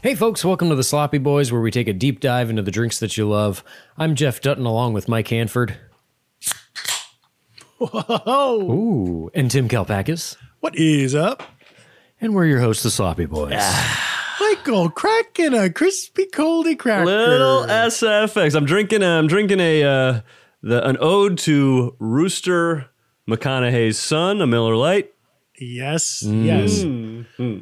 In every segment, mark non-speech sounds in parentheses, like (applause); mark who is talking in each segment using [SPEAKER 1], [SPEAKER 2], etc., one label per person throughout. [SPEAKER 1] Hey, folks, welcome to the Sloppy Boys, where we take a deep dive into the drinks that you love. I'm Jeff Dutton, along with Mike Hanford. Ooh, and Tim Kalpakis.
[SPEAKER 2] What is up?
[SPEAKER 1] And we're your hosts, the Sloppy Boys.
[SPEAKER 2] Michael cracking a crispy coldy cracker.
[SPEAKER 3] Little SFX. I'm drinking. I'm drinking a uh, the an ode to Rooster McConaughey's son, a Miller Lite.
[SPEAKER 2] yes, yes.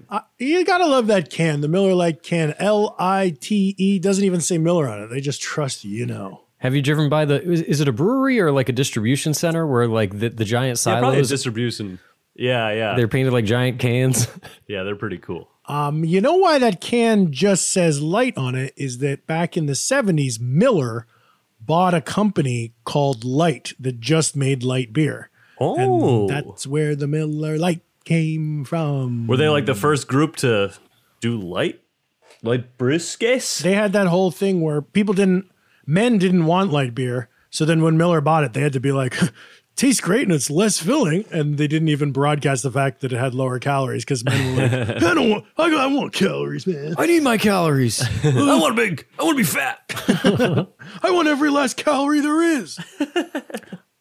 [SPEAKER 2] Uh, you gotta love that can, the Miller Lite can. L I T E doesn't even say Miller on it. They just trust you know.
[SPEAKER 1] Have you driven by the? Is, is it a brewery or like a distribution center where like the, the giant
[SPEAKER 3] Yeah, probably
[SPEAKER 1] silos?
[SPEAKER 3] distribution. Yeah, yeah,
[SPEAKER 1] they're painted like giant cans.
[SPEAKER 3] yeah. They're pretty cool.
[SPEAKER 2] Um, you know why that can just says light on it is that back in the 70s, Miller bought a company called Light that just made light beer. And
[SPEAKER 3] Oh.
[SPEAKER 2] that's where the Miller Light came from.
[SPEAKER 3] Were they like the first group to do light, light briskets?
[SPEAKER 2] they had that whole thing where people didn't men didn't want light beer so then when miller bought it they had to be like (laughs) tastes great and it's less filling and they didn't even broadcast the fact that it had lower calories because men were like i don't want i, I want calories man
[SPEAKER 1] I need my (laughs) calories.
[SPEAKER 3] (laughs) I want to be. I want to be fat.
[SPEAKER 2] (laughs) i want every last calorie there is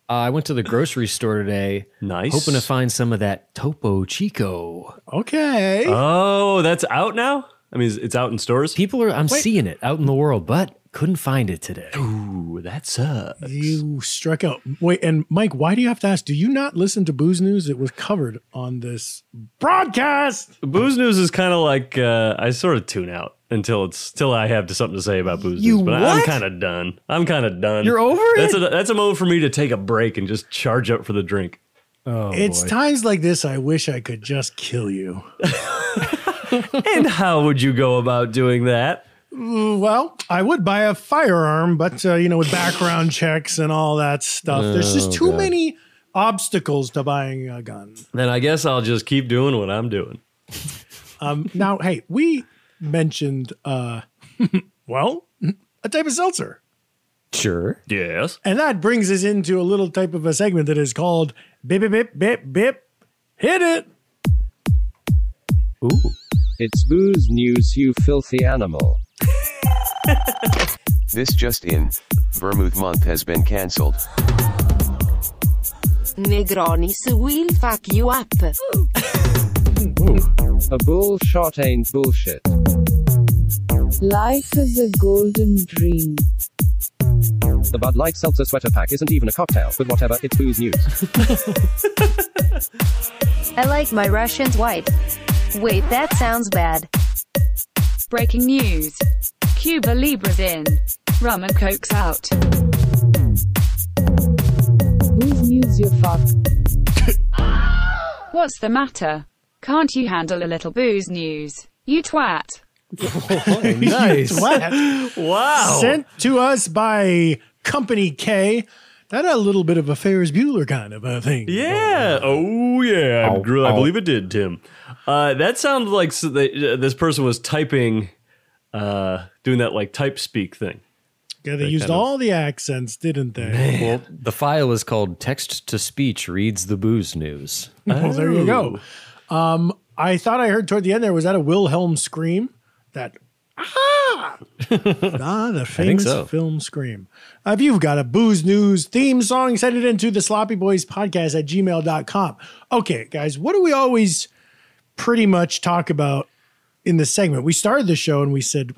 [SPEAKER 1] Uh, I went to the grocery store today,
[SPEAKER 3] Nice.
[SPEAKER 1] hoping to find some of that Topo Chico.
[SPEAKER 2] okay
[SPEAKER 3] Oh, that's out now. I mean, it's- it's out in stores.
[SPEAKER 1] People are. I'm seeing it out in the world, but couldn't find it today.
[SPEAKER 3] Ooh, uh, that sucks.
[SPEAKER 2] you struck out wait and mike why do you have to ask do you not listen to booze news it was covered on this broadcast
[SPEAKER 3] Booze news is kind of like uh, I sort of tune out until it's till I have something to say about booze
[SPEAKER 1] You
[SPEAKER 3] news. But I'm
[SPEAKER 1] what?
[SPEAKER 3] kind of done. I'm kind of done.
[SPEAKER 1] You're over
[SPEAKER 3] that's
[SPEAKER 1] it?
[SPEAKER 3] A, that's a moment for me to take a break and just charge up for the drink.
[SPEAKER 2] it's times like this i wish i could just kill you
[SPEAKER 3] and how would you go about doing that?
[SPEAKER 2] Well, I would buy a firearm, but uh, you know, with background checks and all that stuff, there's just too many obstacles to buying a gun.
[SPEAKER 3] Then I guess I'll just keep doing what I'm doing.
[SPEAKER 2] Um, now, hey, we mentioned, uh, (laughs) well, a type of seltzer,
[SPEAKER 1] Sure.
[SPEAKER 3] Yes.
[SPEAKER 2] and that brings us into a little type of a segment that is called bip bip bip bip bip. Hit it.
[SPEAKER 1] Ooh.
[SPEAKER 4] It's booze news, you filthy animal.
[SPEAKER 5] (laughs) This just in, Vermouth Month has been cancelled.
[SPEAKER 6] Negronis will fuck you up.
[SPEAKER 4] A bull shot ain't bullshit.
[SPEAKER 7] Life is a golden dream.
[SPEAKER 4] The Bud Light Seltzer Sweater Pack isn't even a cocktail, but whatever, it's booze news.
[SPEAKER 7] I like my Russians white. Wait, that sounds bad.
[SPEAKER 6] Breaking news. Cuba Libres in. Rum and Coke's out.
[SPEAKER 7] Whose news you fuck?
[SPEAKER 6] (gasps) What's the matter? Can't you handle a little booze news? You twat.
[SPEAKER 2] (laughs)
[SPEAKER 1] Nice.
[SPEAKER 3] Wow.
[SPEAKER 2] Sent to us by Company K. That had a little bit of a Ferris Bueller kind of a thing.
[SPEAKER 3] Yeah. Oh, yeah. I, grew, I believe it did, Tim. Uh, that sounded like s- they, uh, this person was typing, uh, doing that like type speak thing.
[SPEAKER 2] Yeah, they, used all the accents, didn't they?
[SPEAKER 1] well, (laughs) the file is called Text to Speech Reads the Booze News.
[SPEAKER 2] Well, there you go. Um,
[SPEAKER 1] Oh.
[SPEAKER 2] I thought I heard toward the end there was that a Wilhelm scream? That ah, (laughs) ah, the
[SPEAKER 1] think
[SPEAKER 2] famous
[SPEAKER 1] so.
[SPEAKER 2] film Scream. Uh, If you've got a booze news theme song, send it into the sloppy boys podcast at gmail.com. Okay, guys, what do we always pretty much talk about in this segment? We started the show and we said,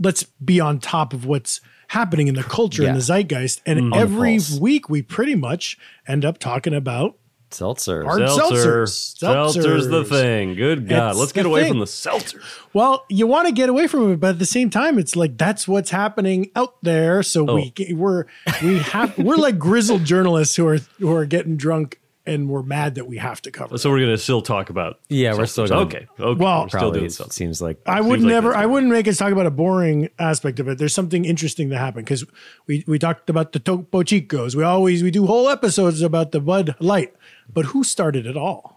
[SPEAKER 2] let's be on top of what's happening in the culture
[SPEAKER 1] Yeah.
[SPEAKER 2] and the zeitgeist. And
[SPEAKER 1] Mm. On the
[SPEAKER 2] every
[SPEAKER 1] pulse.
[SPEAKER 2] week we pretty much end up talking about
[SPEAKER 1] Seltzer.
[SPEAKER 2] Hard Seltzer. seltzers.
[SPEAKER 3] Seltzer's the thing. Good God.
[SPEAKER 2] It's
[SPEAKER 3] Let's get
[SPEAKER 2] the
[SPEAKER 3] away
[SPEAKER 2] thing.
[SPEAKER 3] from the seltzer.
[SPEAKER 2] Well, you want to get away from it, but at the same time, it's like that's what's happening out there. So
[SPEAKER 3] Oh.
[SPEAKER 2] we we're we have we're like grizzled journalists who are who are getting drunk and we're mad that we have to cover. it.
[SPEAKER 3] So we're going to still talk about.
[SPEAKER 1] Yeah, we're still
[SPEAKER 3] seltzers.
[SPEAKER 1] gonna-
[SPEAKER 3] Okay. Okay.
[SPEAKER 2] Well-
[SPEAKER 3] we're still
[SPEAKER 1] Probably
[SPEAKER 3] doing
[SPEAKER 1] it
[SPEAKER 3] something.
[SPEAKER 1] seems like
[SPEAKER 2] I would
[SPEAKER 3] seems like
[SPEAKER 2] never.
[SPEAKER 3] that's
[SPEAKER 2] I wouldn't make us talk about a boring aspect of it. There's something interesting that happened because we we talked about the Topo Chicos. We always we do whole episodes about the Bud Light, but who started it all?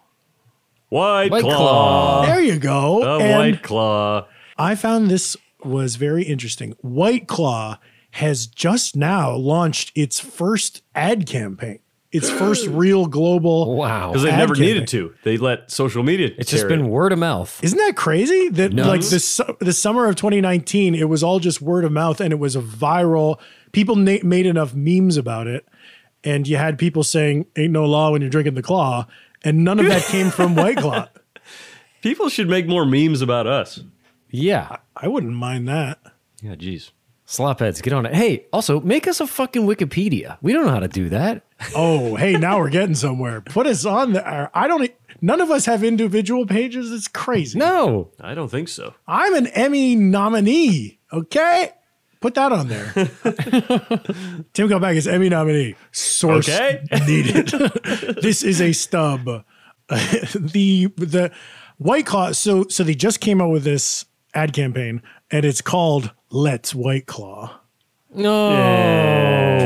[SPEAKER 3] White,
[SPEAKER 1] White
[SPEAKER 3] Claw.
[SPEAKER 2] there you go.
[SPEAKER 3] The
[SPEAKER 2] And-
[SPEAKER 3] Oh. White Claw.
[SPEAKER 2] I found this was very interesting. White Claw has just now launched its first ad campaign, its first real global.
[SPEAKER 1] wow.
[SPEAKER 3] Because they
[SPEAKER 2] ad
[SPEAKER 3] never
[SPEAKER 2] campaign.
[SPEAKER 3] needed to. They let social media.
[SPEAKER 1] It's just
[SPEAKER 3] carry it.
[SPEAKER 1] been word of mouth.
[SPEAKER 2] Isn't that crazy? That
[SPEAKER 1] Nuts.
[SPEAKER 2] like the su- the summer of 2019, it was all just word of mouth, and it was a viral. People na- made enough memes about it, and you had people saying "Ain't no law when you're drinking the claw," and none of that came from White Claw.
[SPEAKER 3] People should make more memes about us.
[SPEAKER 1] Yeah.
[SPEAKER 2] I wouldn't mind that.
[SPEAKER 3] Yeah, jeez.
[SPEAKER 1] Slopheads, get on it. Hey, also make us a fucking Wikipedia. We don't know how to do that.
[SPEAKER 2] Oh, hey, now we're getting somewhere. Put us on there. I don't. e, None of us have individual pages. It's crazy.
[SPEAKER 1] No.
[SPEAKER 3] I don't think so.
[SPEAKER 2] I'm an Emmy nominee. Okay, put that on there. Tim Kalbeck is Emmy nominee. Source
[SPEAKER 3] Okay.
[SPEAKER 2] (laughs) needed. this is a stub. (laughs) the the White Claw. So so they just came out with this ad campaign, and it's called "Let's White Claw."
[SPEAKER 1] No.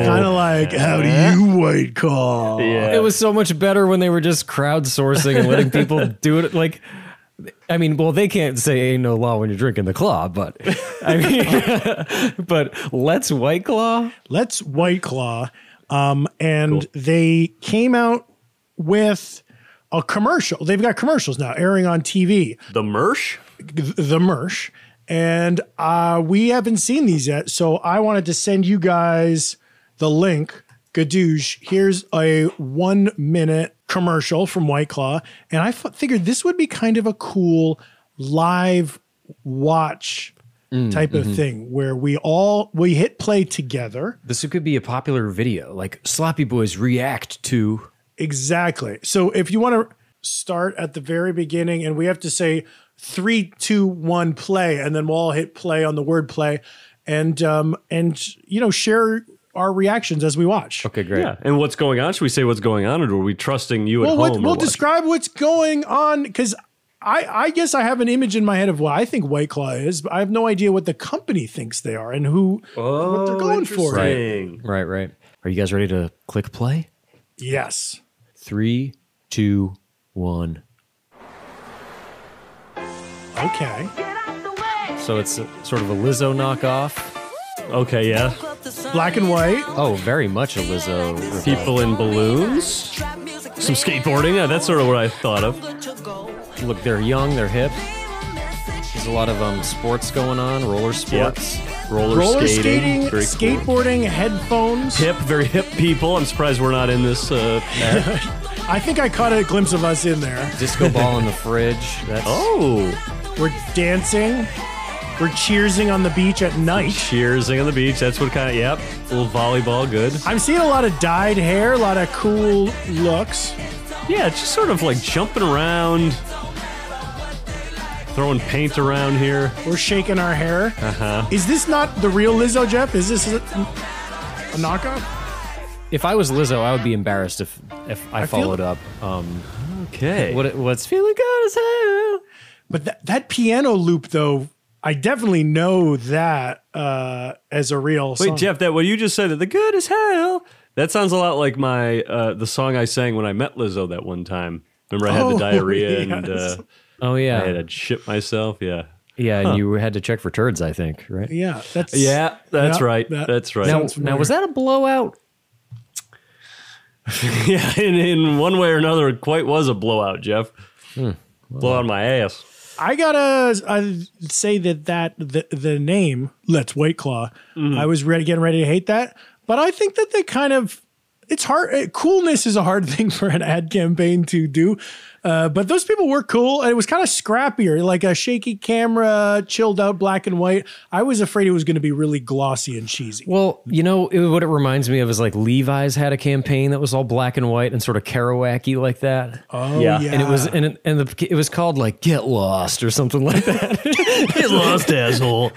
[SPEAKER 2] Kind of like how do you White Claw?
[SPEAKER 3] Yeah.
[SPEAKER 1] It was so much better when they were just crowdsourcing and letting people do it. Like, I mean, well, they can't say ain't no law when you're drinking the claw, but I mean, (laughs) but let's white claw.
[SPEAKER 2] Let's White Claw. Um, and they came out with a commercial. They've got commercials now airing on TV,
[SPEAKER 3] The Mersh?
[SPEAKER 2] th- the Mersh. And uh, we haven't seen these yet. So I wanted to send you guys the link. Gadoosh, here's a one minute commercial from White Claw. And I f- figured this would be kind of a cool live watch type of thing where we all we hit play together
[SPEAKER 1] This could be a popular video, like Sloppy Boys react to.
[SPEAKER 2] Exactly. So if you want to start at the very beginning and we have to say three, two, one, play, and then we'll all hit play on the word play and um and you know, share our reactions as we watch.
[SPEAKER 1] Okay, great.
[SPEAKER 3] Yeah. And what's going on? Should we say what's going on, or are we trusting you at
[SPEAKER 2] Well
[SPEAKER 3] home?
[SPEAKER 2] what,
[SPEAKER 3] or
[SPEAKER 2] we'll
[SPEAKER 3] what?
[SPEAKER 2] describe what's going on because I, I guess I have an image in my head of what I think White Claw is, but I have no idea what the company thinks they are and who what they're going for.
[SPEAKER 3] Interesting.
[SPEAKER 1] Right, right. Are you guys ready to click play?
[SPEAKER 2] Yes.
[SPEAKER 1] Three, two, one.
[SPEAKER 2] Okay.
[SPEAKER 1] So it's a, sort of a Lizzo knockoff.
[SPEAKER 3] Okay, yeah.
[SPEAKER 2] Black and white.
[SPEAKER 1] Oh, very much a Lizzo. ripoff.
[SPEAKER 3] People in balloons, some skateboarding. Yeah, that's sort of what I thought of.
[SPEAKER 1] Look, they're young, they're hip. There's a lot of um sports going on, roller sports.
[SPEAKER 3] Roller,
[SPEAKER 2] Roller skating,
[SPEAKER 3] skating, very cool.
[SPEAKER 2] skateboarding, headphones.
[SPEAKER 3] Hip, very hip people. I'm surprised we're not in
[SPEAKER 2] (laughs)
[SPEAKER 3] this. Uh, ad.
[SPEAKER 2] I think I caught a glimpse of us in there.
[SPEAKER 1] Disco ball in the fridge. That's
[SPEAKER 3] oh,
[SPEAKER 2] We're dancing. We're cheersing on the beach at night.
[SPEAKER 3] cheersing on the beach. That's what kind of. Yep, a little volleyball. Good.
[SPEAKER 2] I'm seeing a lot of dyed hair, a lot of cool looks.
[SPEAKER 3] Yeah, it's just sort of like jumping around, throwing paint around here.
[SPEAKER 2] We're shaking our hair.
[SPEAKER 3] Uh-huh.
[SPEAKER 2] Is this not the real Lizzo, Jeff? Is this a, a knockoff?
[SPEAKER 1] if I was Lizzo, I would be embarrassed if if I,
[SPEAKER 2] feel-
[SPEAKER 1] followed up. Um
[SPEAKER 3] Okay.
[SPEAKER 1] what what's feeling good as hell.
[SPEAKER 2] But that, that piano loop, though, I definitely know that uh, as a real
[SPEAKER 3] Wait,
[SPEAKER 2] song.
[SPEAKER 3] Jeff, that what you just said that the good is hell. That sounds a lot like my uh, the song I sang when I met Lizzo that one time. Remember, I had
[SPEAKER 2] Oh, (laughs)
[SPEAKER 3] the diarrhea and
[SPEAKER 2] yes.
[SPEAKER 3] uh,
[SPEAKER 1] Oh
[SPEAKER 3] I had
[SPEAKER 1] yeah.
[SPEAKER 3] to shit myself. Yeah,
[SPEAKER 1] Yeah, and you had to check for turds, I think, right?
[SPEAKER 2] Yeah, that's
[SPEAKER 3] yeah, that's
[SPEAKER 2] Yeah,
[SPEAKER 3] right.
[SPEAKER 2] that-
[SPEAKER 3] that's right.
[SPEAKER 1] Now,
[SPEAKER 2] Sounds
[SPEAKER 3] (laughs)
[SPEAKER 2] familiar.
[SPEAKER 1] now was that a blowout?
[SPEAKER 3] Hmm. yeah, in, in one way or another, it quite was a blowout, Jeff. Blow out my ass.
[SPEAKER 2] I gotta I say that that the, the name Let's White Claw.
[SPEAKER 1] Mm-hmm.
[SPEAKER 2] I was ready getting ready to hate that, but I think that they kind of it's hard. eh, Coolness is a hard (laughs) thing for an ad campaign to do, uh, but those people were cool. and It was kind of scrappier, like a shaky camera, chilled out black and white. I was afraid it was going to be really glossy and cheesy.
[SPEAKER 1] Well, you know it, what it reminds me of is like Levi's had a campaign that was all black and white and sort of Kerouac-y like that.
[SPEAKER 2] Oh, Yeah.
[SPEAKER 1] and it was
[SPEAKER 2] yeah.
[SPEAKER 1] and it, and the, it was called like Get Lost or something like that. (laughs) Get
[SPEAKER 3] lost, asshole.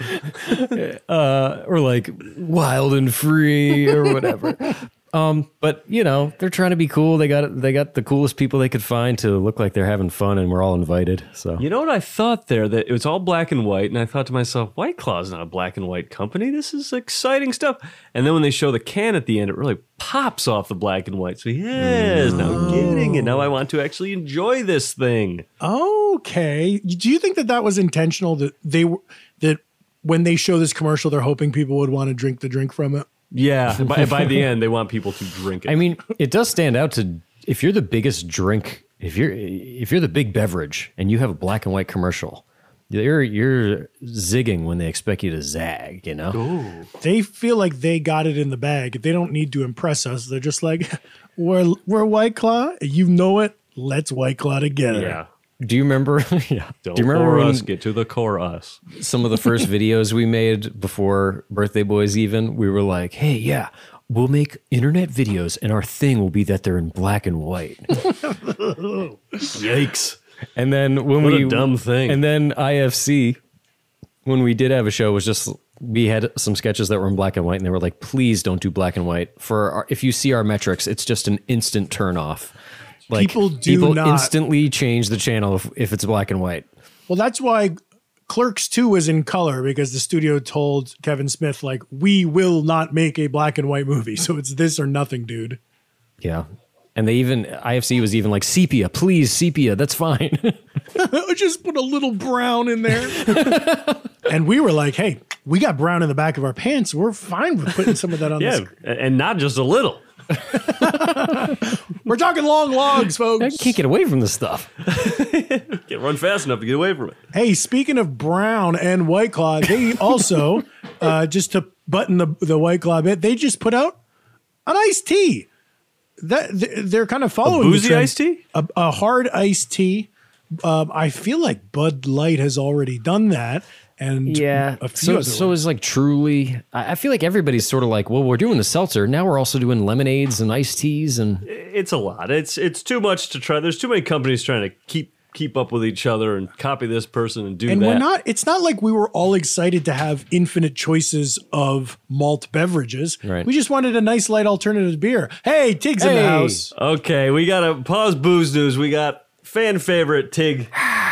[SPEAKER 1] uh, or like Wild and Free or whatever. um, but you know they're trying to be cool. They got they got the coolest people they could find to look like they're having fun, and we're all invited. So
[SPEAKER 3] You know what I thought there? That it was all black and white, and I thought to myself, White Claw's not a black and white company. This is exciting stuff. And then when they show the can at the end, it really pops off the black and white. So yes, now I'm getting it. Now I want to actually enjoy this thing.
[SPEAKER 2] Okay. Do you think that that was intentional that they were that when they show this commercial they're hoping people would want to drink the drink from it?
[SPEAKER 3] Yeah. by, by the end, they want people to drink it.
[SPEAKER 1] I mean, it does stand out to if you're the biggest drink, if you're if you're the big beverage and you have a black and white commercial, you're you're zigging when they expect you to zag, you know?
[SPEAKER 2] They feel like they got it in the bag. They don't need to impress us. They're just like we're we're White Claw, you know it. Let's White Claw together.
[SPEAKER 3] yeah.
[SPEAKER 1] Do you remember (laughs) yeah.
[SPEAKER 3] Don't
[SPEAKER 1] Do you remember
[SPEAKER 3] bore
[SPEAKER 1] when
[SPEAKER 3] us. Get to the chorus.
[SPEAKER 1] some of the
[SPEAKER 3] (laughs)
[SPEAKER 1] first videos we made before Birthday Boys even, we were like, "Hey, yeah, we'll make internet videos and our thing will be that they're in black and white."
[SPEAKER 3] Yikes.
[SPEAKER 1] And then when
[SPEAKER 3] What a
[SPEAKER 1] we
[SPEAKER 3] dumb thing.
[SPEAKER 1] And then IFC, when we did have a show, was just we had some sketches that were in black and white, and they were like, "Please don't do black and white." For our, if you see our metrics, it's just an instant turn off. Like
[SPEAKER 2] People do not-
[SPEAKER 1] instantly change the channel if, if it's black and white.
[SPEAKER 2] Well, that's why Clerks 2 was in color because the studio told Kevin Smith like we will not make a black and white movie. So it's this or nothing, dude.
[SPEAKER 1] Yeah. And they even IFC was even like sepia, please sepia, that's fine.
[SPEAKER 2] (laughs)
[SPEAKER 1] (laughs)
[SPEAKER 2] just put a little brown in there. (laughs) and we were like, hey, we got brown in the back of our pants. We're fine with putting some of that on
[SPEAKER 3] Yeah,
[SPEAKER 2] this.
[SPEAKER 3] a- and not just a little.
[SPEAKER 2] We're talking long logs,
[SPEAKER 1] I
[SPEAKER 2] folks.
[SPEAKER 1] can't get away from this stuff.
[SPEAKER 3] Can't run fast enough to get away from it.
[SPEAKER 2] Hey, speaking of brown and White Claw, they also, uh, just to button the, the White Claw bit, they just put out an iced tea. That th- They're kind of following the
[SPEAKER 3] boozy
[SPEAKER 2] trend.
[SPEAKER 3] iced tea?
[SPEAKER 2] A, a hard iced tea. Um, I feel like Bud Light has already done that. And a few
[SPEAKER 1] So
[SPEAKER 2] other
[SPEAKER 1] so is like truly. I I feel like everybody's sort of like, well, we're doing the seltzer now. We're also doing lemonades and iced teas and
[SPEAKER 3] It's a lot. It's it's too much to try. There's too many companies trying to keep keep up with each other and copy this person and do
[SPEAKER 2] and
[SPEAKER 3] that.
[SPEAKER 2] we're not it's not like we were all excited to have infinite choices of malt beverages
[SPEAKER 1] Right.
[SPEAKER 2] we just wanted a nice light alternative to beer hey tig's in the
[SPEAKER 1] Hey.
[SPEAKER 2] house
[SPEAKER 3] Okay, we got to pause booze news. We got fan favorite Tig. (sighs)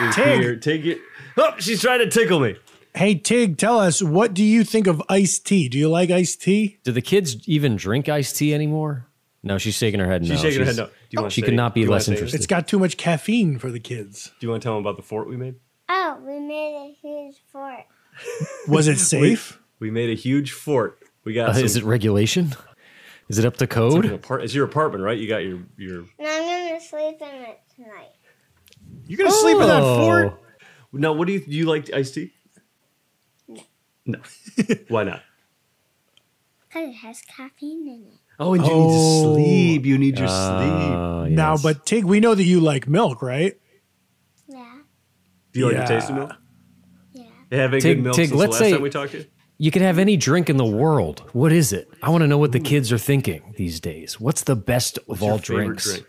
[SPEAKER 3] is
[SPEAKER 2] Tig.
[SPEAKER 3] here. Tig. you- Oh, she's trying to tickle me.
[SPEAKER 2] hey tig tell us what do you think of iced tea do you like iced tea
[SPEAKER 1] do the kids even drink iced tea anymore? No, she's shaking her head.
[SPEAKER 3] She's
[SPEAKER 1] no.
[SPEAKER 3] shaking her head no. Do you wanna
[SPEAKER 1] she
[SPEAKER 3] say-
[SPEAKER 1] could not
[SPEAKER 3] do
[SPEAKER 1] be
[SPEAKER 3] you wanna
[SPEAKER 1] less
[SPEAKER 3] say it?
[SPEAKER 1] interested.
[SPEAKER 2] it's got too much caffeine for the kids
[SPEAKER 3] Do you want to tell them about the fort we made?
[SPEAKER 6] Oh, we made a huge fort.
[SPEAKER 2] was
[SPEAKER 3] (laughs)
[SPEAKER 2] it safe
[SPEAKER 3] We made a huge fort. We got.
[SPEAKER 1] Uh, (laughs)
[SPEAKER 3] some,
[SPEAKER 1] is it regulation? Is it up to
[SPEAKER 3] an
[SPEAKER 1] code?
[SPEAKER 3] apart- it's your apartment, right? You got your your.
[SPEAKER 6] And I'm gonna sleep in it tonight.
[SPEAKER 2] you're gonna sleep in that fort
[SPEAKER 1] Oh.
[SPEAKER 3] No, what do you do? You like iced tea? No. (laughs) Why not?
[SPEAKER 6] Because it has caffeine in it.
[SPEAKER 3] Oh, and you need to sleep. You need your sleep.
[SPEAKER 1] Uh,
[SPEAKER 2] now
[SPEAKER 1] yes.
[SPEAKER 2] but tig we know that you like milk right
[SPEAKER 6] Yeah,
[SPEAKER 3] Do you
[SPEAKER 2] yeah.
[SPEAKER 3] like the taste of milk?
[SPEAKER 6] yeah.
[SPEAKER 3] They haven't
[SPEAKER 1] Tig-
[SPEAKER 3] good milk
[SPEAKER 1] Tig,
[SPEAKER 3] since
[SPEAKER 1] let's
[SPEAKER 3] the last
[SPEAKER 1] say-
[SPEAKER 3] time we talked to you.
[SPEAKER 1] you could have any drink in the world. What is it? I want to know what the kids are thinking these days. What's the best of all
[SPEAKER 3] Your favorite
[SPEAKER 1] drinks?
[SPEAKER 3] drink.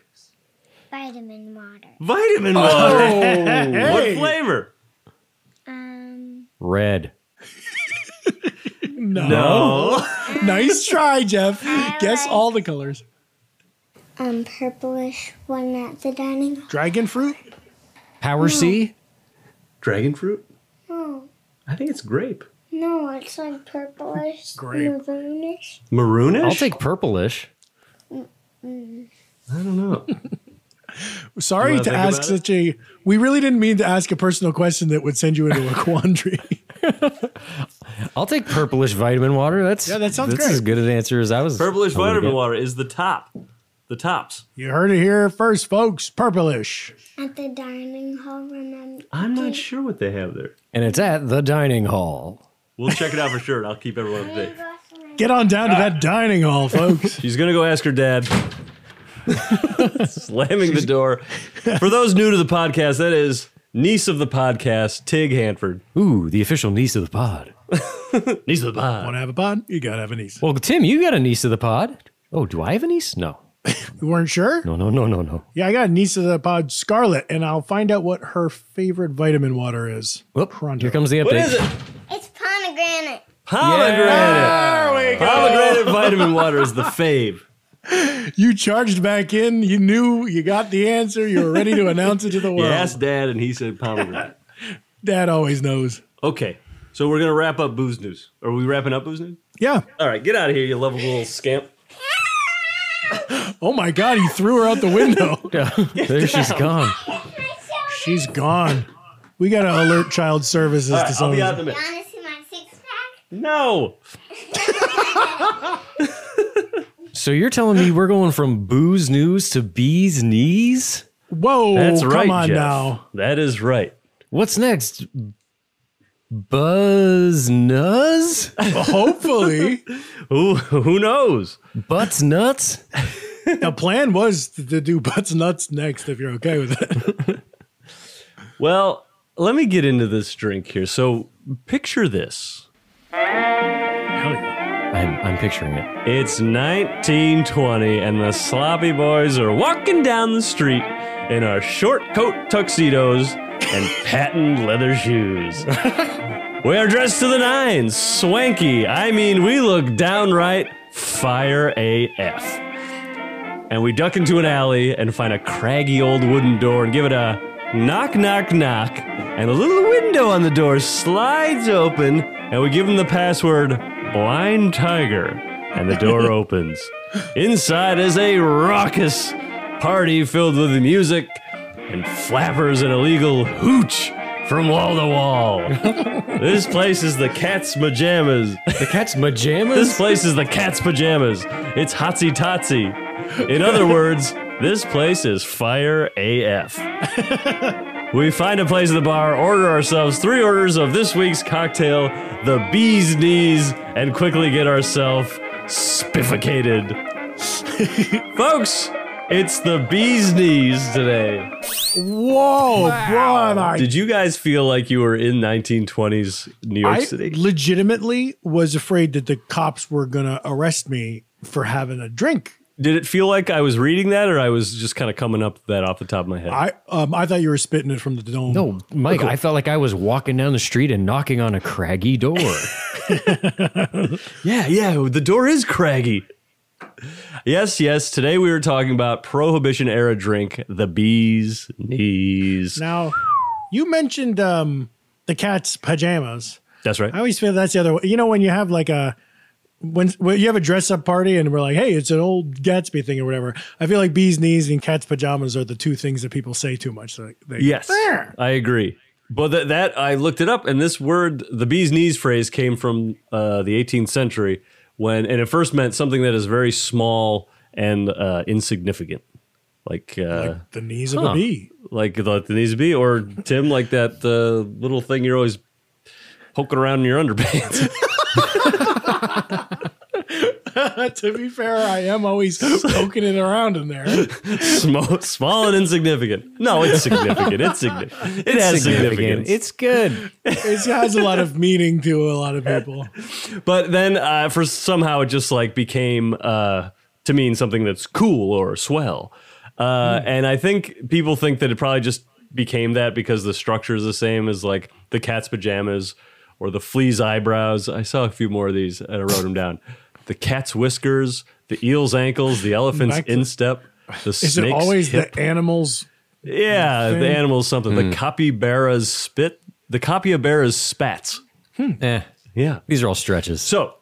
[SPEAKER 6] Vitamin water.
[SPEAKER 3] Vitamin water.
[SPEAKER 1] Oh.
[SPEAKER 3] (laughs) What flavor?
[SPEAKER 6] Um,
[SPEAKER 1] Red.
[SPEAKER 2] no,
[SPEAKER 3] No.
[SPEAKER 2] nice try jeff guess
[SPEAKER 6] like-
[SPEAKER 2] all the colors
[SPEAKER 6] um, purplish one at the dining hall.
[SPEAKER 2] dragon fruit
[SPEAKER 1] Power C.
[SPEAKER 3] Dragon fruit?
[SPEAKER 6] Oh,
[SPEAKER 3] I think it's grape.
[SPEAKER 6] no, it's like purplish,
[SPEAKER 2] Grape.
[SPEAKER 6] maroonish.
[SPEAKER 3] Maroonish?
[SPEAKER 1] I'll take purplish.
[SPEAKER 3] I don't know. You
[SPEAKER 2] Sorry
[SPEAKER 3] wanna
[SPEAKER 2] to
[SPEAKER 3] think
[SPEAKER 2] ask
[SPEAKER 3] about
[SPEAKER 2] such a. We really didn't mean to ask a personal question that would send you into a (laughs) quandary.
[SPEAKER 1] I'll take purplish vitamin water. That's
[SPEAKER 2] Yeah, that sounds
[SPEAKER 1] that's
[SPEAKER 2] great.
[SPEAKER 1] as good an answer as I was.
[SPEAKER 3] (laughs) Purplish
[SPEAKER 1] I would
[SPEAKER 3] vitamin
[SPEAKER 1] get.
[SPEAKER 3] water is the top. the tops.
[SPEAKER 2] You heard it here first, folks. Purplish.
[SPEAKER 6] At the dining hall, remember?
[SPEAKER 3] I'm not sure what they have there.
[SPEAKER 1] And it's at the dining hall.
[SPEAKER 3] We'll check it out for sure, and I'll keep everyone up to date.
[SPEAKER 2] Get on down to
[SPEAKER 3] Ah.
[SPEAKER 2] that dining hall, folks. (laughs)
[SPEAKER 3] She's gonna go ask her (laughs) dad. Slamming the door. For those new to the podcast, that is niece of the podcast, Tig Hanford.
[SPEAKER 1] Ooh, the official niece of the pod.
[SPEAKER 3] niece of the pod.
[SPEAKER 2] Want to have a pod? You got to have a niece.
[SPEAKER 1] Well, Tim, you got a niece of the pod. Oh, do I have a niece? No.
[SPEAKER 2] You weren't sure?
[SPEAKER 1] No, no, no, no, no.
[SPEAKER 2] Yeah, I got a niece of the pod, Scarlet, and I'll find out what her favorite vitamin water is.
[SPEAKER 1] Whoop. Here comes the update.
[SPEAKER 3] What
[SPEAKER 1] (laughs)
[SPEAKER 3] is it?
[SPEAKER 6] It's pomegranate.
[SPEAKER 3] Pomegranate.
[SPEAKER 2] There we go.
[SPEAKER 3] Pomegranate vitamin water is the fave.
[SPEAKER 2] You charged back in. You knew you got the answer. You were ready to announce it to the
[SPEAKER 3] He
[SPEAKER 2] world.
[SPEAKER 3] asked dad, and he said pomegranate.
[SPEAKER 2] Dad always knows.
[SPEAKER 3] Okay, so we're gonna wrap up booze news. Are we wrapping up booze news?
[SPEAKER 2] Yeah.
[SPEAKER 3] All right, get out of here, you lovable little scamp.
[SPEAKER 2] Oh my God, he threw her out the window.
[SPEAKER 3] (laughs)
[SPEAKER 1] there she's gone.
[SPEAKER 2] She's gone. We got to alert child services
[SPEAKER 3] All
[SPEAKER 2] to
[SPEAKER 3] right, I'll
[SPEAKER 2] something.
[SPEAKER 3] be out in a minute.
[SPEAKER 6] Want to see my six pack?
[SPEAKER 3] No.
[SPEAKER 1] So you're telling me we're going from booze news to bees knees?
[SPEAKER 2] Whoa.
[SPEAKER 3] That's right,
[SPEAKER 2] Come on
[SPEAKER 3] Jeff.
[SPEAKER 2] now.
[SPEAKER 3] That is right.
[SPEAKER 1] What's next? Buzz nuts?
[SPEAKER 2] Hopefully,
[SPEAKER 3] Who who knows?
[SPEAKER 1] Butts nuts?
[SPEAKER 2] the plan was to, to do butts nuts next. If you're okay with it,
[SPEAKER 3] Well, let me get into this drink here. So picture this.
[SPEAKER 1] I'm, I'm picturing it.
[SPEAKER 3] It's 1920, and the sloppy boys are walking down the street in our short coat tuxedos and
[SPEAKER 1] (laughs)
[SPEAKER 3] patent leather shoes. we are dressed to the nines, swanky. I mean, we look downright fire AF. And we duck into an alley and find a craggy old wooden door and give it a knock, knock, knock. And a little window on the door slides open, and we give them the password Blind Tiger. And the door opens. Inside is a raucous party filled with music and flappers and illegal hooch from wall to wall. this place is the cat's pajamas.
[SPEAKER 1] The cat's
[SPEAKER 3] This
[SPEAKER 1] pajamas?
[SPEAKER 3] place is the cat's pajamas. It's hotsy totsy. In other words, this place is fire AF. we find a place at the bar, order ourselves three orders of this week's cocktail, the bee's knees, and quickly get ourselves spifficated. Folks, it's the bee's knees today.
[SPEAKER 2] whoa, brother!
[SPEAKER 3] Did you guys feel like you were in 1920s New York
[SPEAKER 2] I
[SPEAKER 3] City?
[SPEAKER 2] legitimately was afraid that the cops were gonna arrest me for having a drink.
[SPEAKER 3] Did it feel like I was reading that, or I was just kind of coming up with that off the top of my head?
[SPEAKER 2] I um, I thought you were spitting it from the dome.
[SPEAKER 1] No, Oh, Mike, I felt like I was walking down the street and knocking on a craggy door.
[SPEAKER 3] Yeah, yeah, the door is craggy. Yes, yes. Today we were talking about prohibition era drink, the bee's knees.
[SPEAKER 2] Now, you mentioned um, the cat's pajamas.
[SPEAKER 3] That's right.
[SPEAKER 2] I always feel that's the other way. You know, when you have like a when, when you have a dress up party and we're like, hey, it's an old Gatsby thing or whatever. I feel like bees knees and cat's pajamas are the two things that people say too much. Like, they-
[SPEAKER 3] Yes, I agree. But that, that I looked it up, and this word, the bee's knees phrase, came from uh, the 18th century when, and it first meant something that is very small and uh, insignificant, like uh,
[SPEAKER 2] the knees of a bee.
[SPEAKER 3] like, the, the knees of bee, or Tim, like that uh, little thing you're always poking around in your underpants. (laughs)
[SPEAKER 2] to be fair, I am always poking it around in there.
[SPEAKER 3] small, small and insignificant. No, it's significant. It's significant. It has (laughs) significance.
[SPEAKER 1] It's
[SPEAKER 3] (laughs)
[SPEAKER 1] good.
[SPEAKER 2] It has a lot of meaning to a lot of people.
[SPEAKER 3] but then uh, for somehow it just like became uh, to mean something that's cool or swell.
[SPEAKER 2] Hmm.
[SPEAKER 3] Uh, And I think people think that it probably just became that because the structure is the same as like the cat's pajamas or the flea's eyebrows. I saw a few more of these and I wrote them down. The cat's whiskers, the eel's ankles, the elephant's
[SPEAKER 2] Back to-
[SPEAKER 3] instep, the
[SPEAKER 2] Is it
[SPEAKER 3] snake's
[SPEAKER 2] always
[SPEAKER 3] hip.
[SPEAKER 2] the animals?
[SPEAKER 3] Yeah, the
[SPEAKER 2] thing.
[SPEAKER 3] animal's something. The capybara's spit. The capybara's spats.
[SPEAKER 1] Eh,
[SPEAKER 3] Yeah.
[SPEAKER 1] these are all stretches.
[SPEAKER 3] So,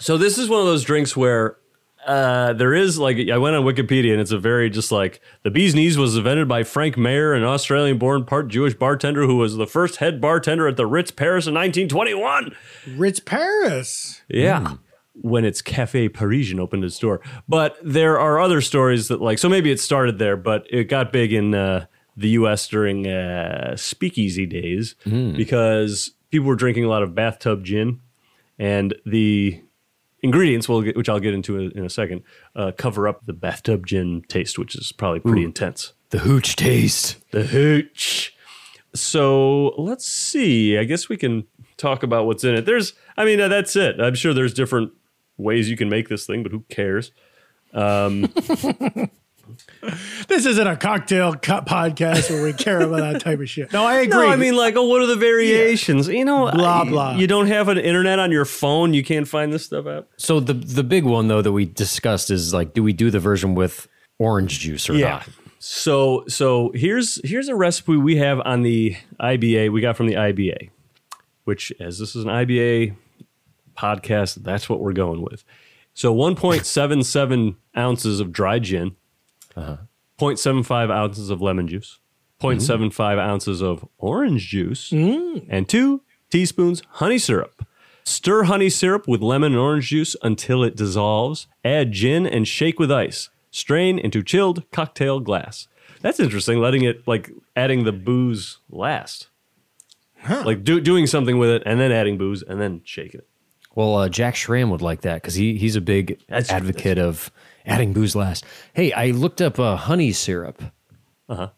[SPEAKER 3] so this is one of those drinks where uh, there is like I went on Wikipedia and it's a very just like the bee's knees was invented by Frank Mayer, an Australian-born part Jewish bartender who was the first head bartender at the Ritz Paris in 1921.
[SPEAKER 2] Ritz Paris.
[SPEAKER 1] Hmm.
[SPEAKER 3] Yeah. when its Cafe Parisien opened its door. But there are other stories that like so maybe it started there, but it got big in uh, the U.S. during uh, speakeasy days
[SPEAKER 1] Hmm.
[SPEAKER 3] because people were drinking a lot of bathtub gin, and the ingredients, we'll get, which I'll get into in in a second, uh, cover up the bathtub gin taste, which is probably pretty
[SPEAKER 1] Ooh.
[SPEAKER 3] intense.
[SPEAKER 1] The hooch taste.
[SPEAKER 3] The hooch. So let's see. I guess we can talk about what's in it. There's, I mean, uh, that's it. I'm sure there's different ways you can make this thing, but who cares? Um,
[SPEAKER 2] This isn't a cocktail co- podcast where we care about that type of shit. No, I agree.
[SPEAKER 3] No, I mean, like, oh, what are the variations? You know,
[SPEAKER 2] Blah,
[SPEAKER 3] I-
[SPEAKER 2] blah.
[SPEAKER 3] You don't have an internet on your phone. You can't find this stuff out.
[SPEAKER 1] So the the big one though that we discussed is like, do we do the version with orange juice or not?
[SPEAKER 3] So so here's here's a recipe we have on the IBA we got from the IBA, which as this is an IBA podcast, that's what we're going with. So 1.77 (laughs) ounces of dry gin,
[SPEAKER 1] Uh-huh.
[SPEAKER 3] 0.75 ounces of lemon juice, 0.75 ounces of orange juice,
[SPEAKER 1] Mm-hmm.
[SPEAKER 3] and two teaspoons honey syrup. Stir honey syrup with lemon and orange juice until it dissolves. Add gin and shake with ice. Strain into chilled cocktail glass. That's interesting. Letting it like adding the booze last, like do, doing something with it and then adding booze and then shaking it.
[SPEAKER 1] Well, uh, Jack Schramm would like that because he he's a big advocate of adding booze last. Hey, I looked up uh, honey syrup. Uh huh.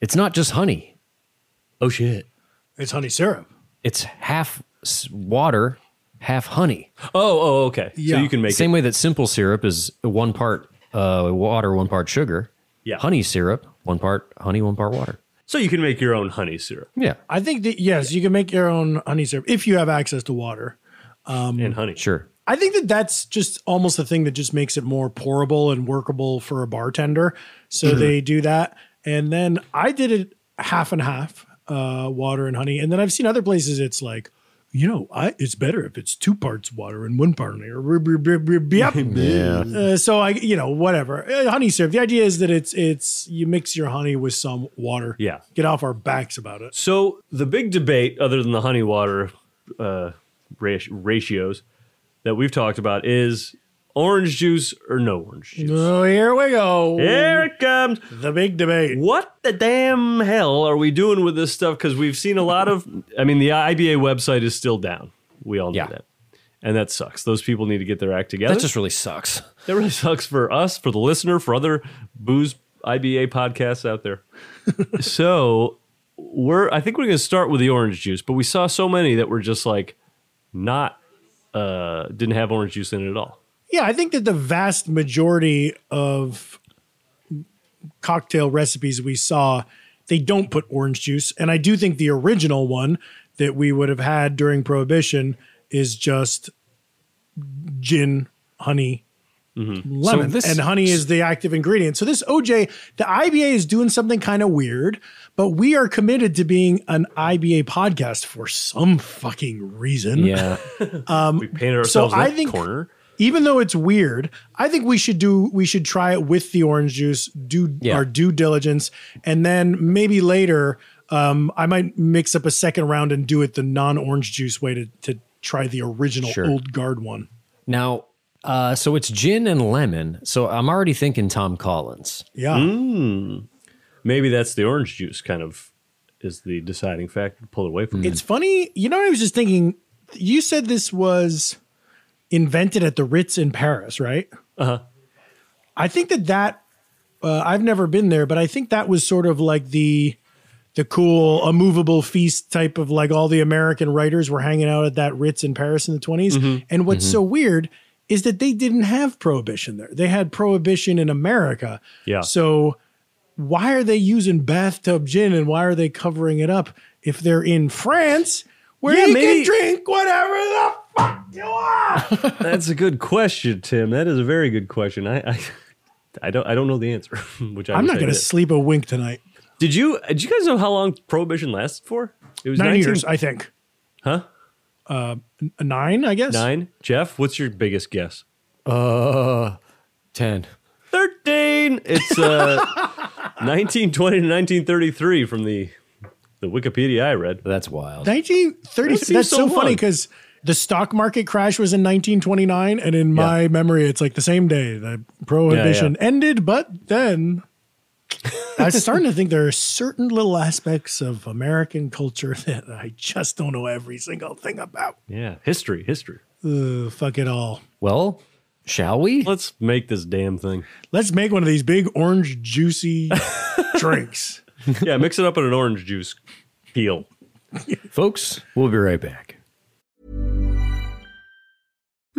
[SPEAKER 1] It's not just honey.
[SPEAKER 3] Oh shit!
[SPEAKER 2] It's honey syrup.
[SPEAKER 1] It's half s- water, half honey.
[SPEAKER 3] Oh, oh, okay. So you can make
[SPEAKER 1] same
[SPEAKER 3] it.
[SPEAKER 1] way that simple syrup is one part uh, water, one part sugar.
[SPEAKER 3] Yeah.
[SPEAKER 1] Honey syrup, one part honey, one part water.
[SPEAKER 3] So you can make your own honey syrup
[SPEAKER 1] Yeah.
[SPEAKER 2] I think that yes, you can make your own honey syrup if you have access to water.
[SPEAKER 3] and honey.
[SPEAKER 1] Sure.
[SPEAKER 2] I think that that's just almost a thing that just makes it more pourable and workable for a bartender. So they do that, and then I did it half and half, uh, water and honey. And then I've seen other places it's like, you know, I it's better if it's two parts water and one part honey. Or rub- rub- rub- rub- yep. Uh, so I, you know, whatever Uh, honey syrup. The idea is that it's it's you mix your honey with some water.
[SPEAKER 3] Yeah.
[SPEAKER 2] Get off our backs about it.
[SPEAKER 3] So the big debate, other than the honey water uh, ra- ratios that we've talked about, is orange juice or no orange juice.
[SPEAKER 2] Oh, here we go.
[SPEAKER 3] Here it comes.
[SPEAKER 2] The big debate.
[SPEAKER 3] What the damn hell are we doing with this stuff? Because we've seen a lot of. I mean, the IBA website is still down. We all know
[SPEAKER 1] Yeah.
[SPEAKER 3] that, and that sucks. Those people need to get their act together.
[SPEAKER 1] That just really sucks.
[SPEAKER 3] That really sucks for us, for the listener, for other booze IBA podcasts
[SPEAKER 2] (laughs)
[SPEAKER 3] out there. so we're I think we're gonna start with the orange juice, but we saw so many that were just like not uh didn't have orange juice in it at all.
[SPEAKER 2] Yeah, I think that the vast majority of cocktail recipes we saw, they don't put orange juice. And I do think the original one that we would have had during Prohibition is just gin, honey, lemon.
[SPEAKER 1] Mm-hmm. So this-
[SPEAKER 2] and honey is the active ingredient. So this OJ, the IBA is doing something kind of weird, but we are committed to being an IBA podcast for some fucking reason.
[SPEAKER 1] Yeah.
[SPEAKER 3] We painted ourselves in
[SPEAKER 2] I
[SPEAKER 3] that
[SPEAKER 2] think-
[SPEAKER 3] corner.
[SPEAKER 2] even though it's weird, I think we should do we should try it with the orange juice, do
[SPEAKER 1] Yeah.
[SPEAKER 2] our due diligence, and then maybe later um, I might mix up a second round and do it the non-orange juice way to to try the original
[SPEAKER 1] Sure.
[SPEAKER 2] old guard one.
[SPEAKER 1] (laughs) Now, uh, so it's gin and lemon. So I'm already thinking Tom Collins.
[SPEAKER 2] Yeah.
[SPEAKER 3] Maybe that's the orange juice kind of is the deciding factor to pull away from it.
[SPEAKER 2] It's funny, you know I was just thinking you said this was invented at the Ritz in Paris, right? Uh-huh. I think that that uh, I've never been there, but I think that was sort of like the the cool a movable feast type of like all the American writers were hanging out at that Ritz in Paris in the 20s. And what's so weird is that they didn't have prohibition there. They had prohibition in America.
[SPEAKER 3] Yeah.
[SPEAKER 2] So why are they using bathtub gin and why are they covering it up if they're in France where
[SPEAKER 3] Yeah,
[SPEAKER 2] you can
[SPEAKER 3] maybe-
[SPEAKER 2] drink whatever the fuck you want?
[SPEAKER 3] That's a good question, Tim. That is a very good question. I I, I don't I don't know the answer, (laughs) which I
[SPEAKER 2] I'm
[SPEAKER 3] wish
[SPEAKER 2] not
[SPEAKER 3] I
[SPEAKER 2] going to
[SPEAKER 3] did.
[SPEAKER 2] sleep a wink tonight.
[SPEAKER 3] Did you did you guys know how long prohibition lasted for? It was
[SPEAKER 2] Nine
[SPEAKER 3] 19
[SPEAKER 2] years, I think.
[SPEAKER 3] Huh?
[SPEAKER 2] A Nine, I guess.
[SPEAKER 3] Nine. Jeff, what's your biggest guess?
[SPEAKER 1] Uh, 10.
[SPEAKER 3] Thirteen. It's uh, nineteen twenty to nineteen thirty three from the the Wikipedia I read.
[SPEAKER 1] That's wild.
[SPEAKER 2] 1930.
[SPEAKER 3] That seems
[SPEAKER 2] That's so,
[SPEAKER 3] so
[SPEAKER 2] funny
[SPEAKER 3] long.
[SPEAKER 2] because The stock market crash was in 1929, and in my memory, it's like the same day the prohibition ended. But then, I'm starting to think there are certain little aspects of American culture (laughs) that I just don't know every single thing about.
[SPEAKER 3] Yeah, history, history.
[SPEAKER 2] Ugh, fuck it all.
[SPEAKER 1] Well, shall we?
[SPEAKER 3] Let's make this damn thing.
[SPEAKER 2] Let's make one of these big orange
[SPEAKER 3] (laughs)
[SPEAKER 2] juicy drinks.
[SPEAKER 3] yeah, mix it up in an orange juice peel.
[SPEAKER 1] Folks, we'll be right back.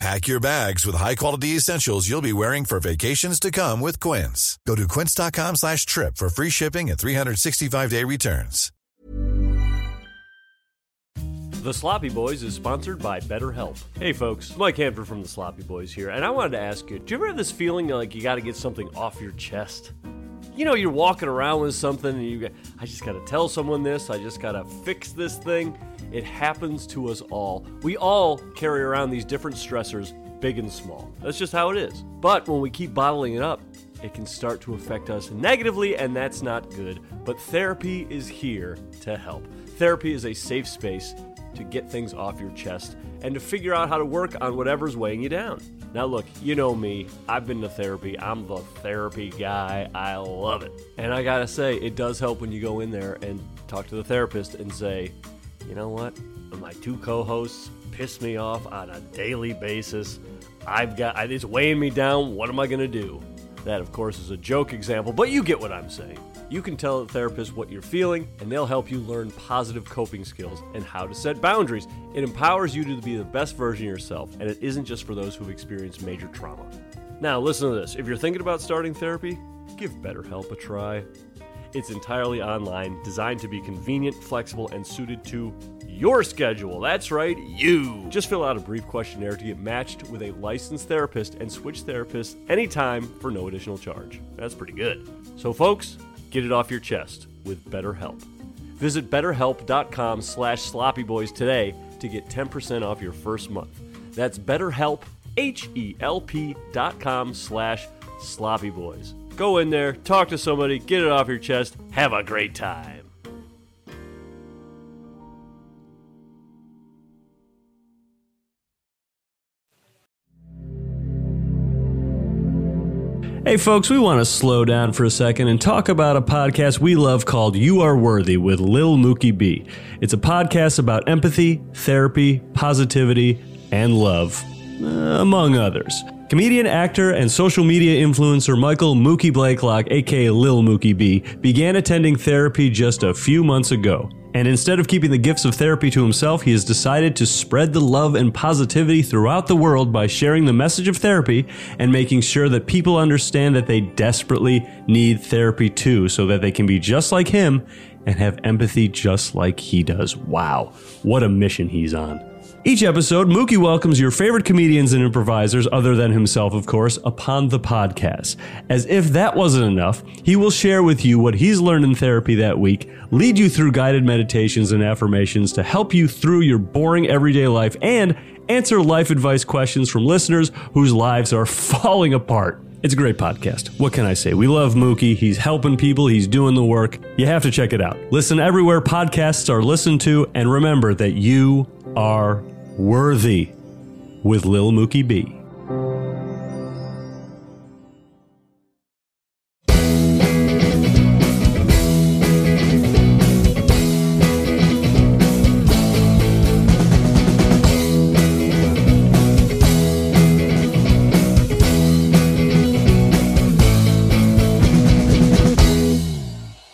[SPEAKER 4] Pack your bags with high-quality essentials you'll be wearing for vacations to come with Quince. Go to quince.com slash trip for free shipping and 365-day returns.
[SPEAKER 3] The Sloppy Boys is sponsored by BetterHelp. Hey, folks, Mike Hanford from The Sloppy Boys here, and I wanted to ask you do you ever have this feeling like you got to get something off your chest? You know, you're walking around with something and you go, I just got to tell someone this, I just got to fix this thing. It happens to us all. We all carry around these different stressors, big and small. That's just how it is. But when we keep bottling it up, it can start to affect us negatively, and that's not good. But therapy is here to help. Therapy is a safe space to get things off your chest and to figure out how to work on whatever's weighing you down. Now, look, you know me. I've been to therapy. I'm the therapy guy. I love it. And I gotta say, it does help when you go in there and talk to the therapist and say, you know what? My two co hosts piss me off on a daily basis. I've got, it's weighing me down. What am I gonna do? That, of course, is a joke example, but you get what I'm saying. You can tell the therapist what you're feeling, and they'll help you learn positive coping skills and how to set boundaries. It empowers you to be the best version of yourself, and it isn't just for those who've experienced major trauma. Now, listen to this if you're thinking about starting therapy, give BetterHelp a try. It's entirely online, designed to be convenient, flexible, and suited to your schedule. That's right, you. Just fill out a brief questionnaire to get matched with a licensed therapist and switch therapists anytime for no additional charge. That's pretty good. So, folks, get it off your chest with BetterHelp. Visit betterhelp.com slash sloppyboys today to get 10% off your first month. That's betterhelp, H-E-L-P dot com slash sloppyboys. Go in there, talk to somebody, get it off your chest, have a great time. Hey, folks, we want to slow down for a second and talk about a podcast we love called You Are Worthy with Lil Mookie B. It's a podcast about empathy, therapy, positivity, and love, uh, among others. Comedian, actor, and social media influencer Michael Mookie Blakelock, aka Lil Mookie B, began attending therapy just a few months ago. And instead of keeping the gifts of therapy to himself, he has decided to spread the love and positivity throughout the world by sharing the message of therapy and making sure that people understand that they desperately need therapy too, so that they can be just like him and have empathy just like he does. Wow, what a mission he's on. Each episode, Mookie welcomes your favorite comedians and improvisers, other than himself, of course, upon the podcast. As if that wasn't enough, he will share with you what he's learned in therapy that week, lead you through guided meditations and affirmations to help you through your boring everyday life, and answer life advice questions from listeners whose lives are (laughs) falling apart. It's a great podcast. What can I say? We love Mookie. He's helping people, he's doing the work. You have to check it out. Listen everywhere podcasts are listened to, and remember that you are worthy with Lil Mookie B.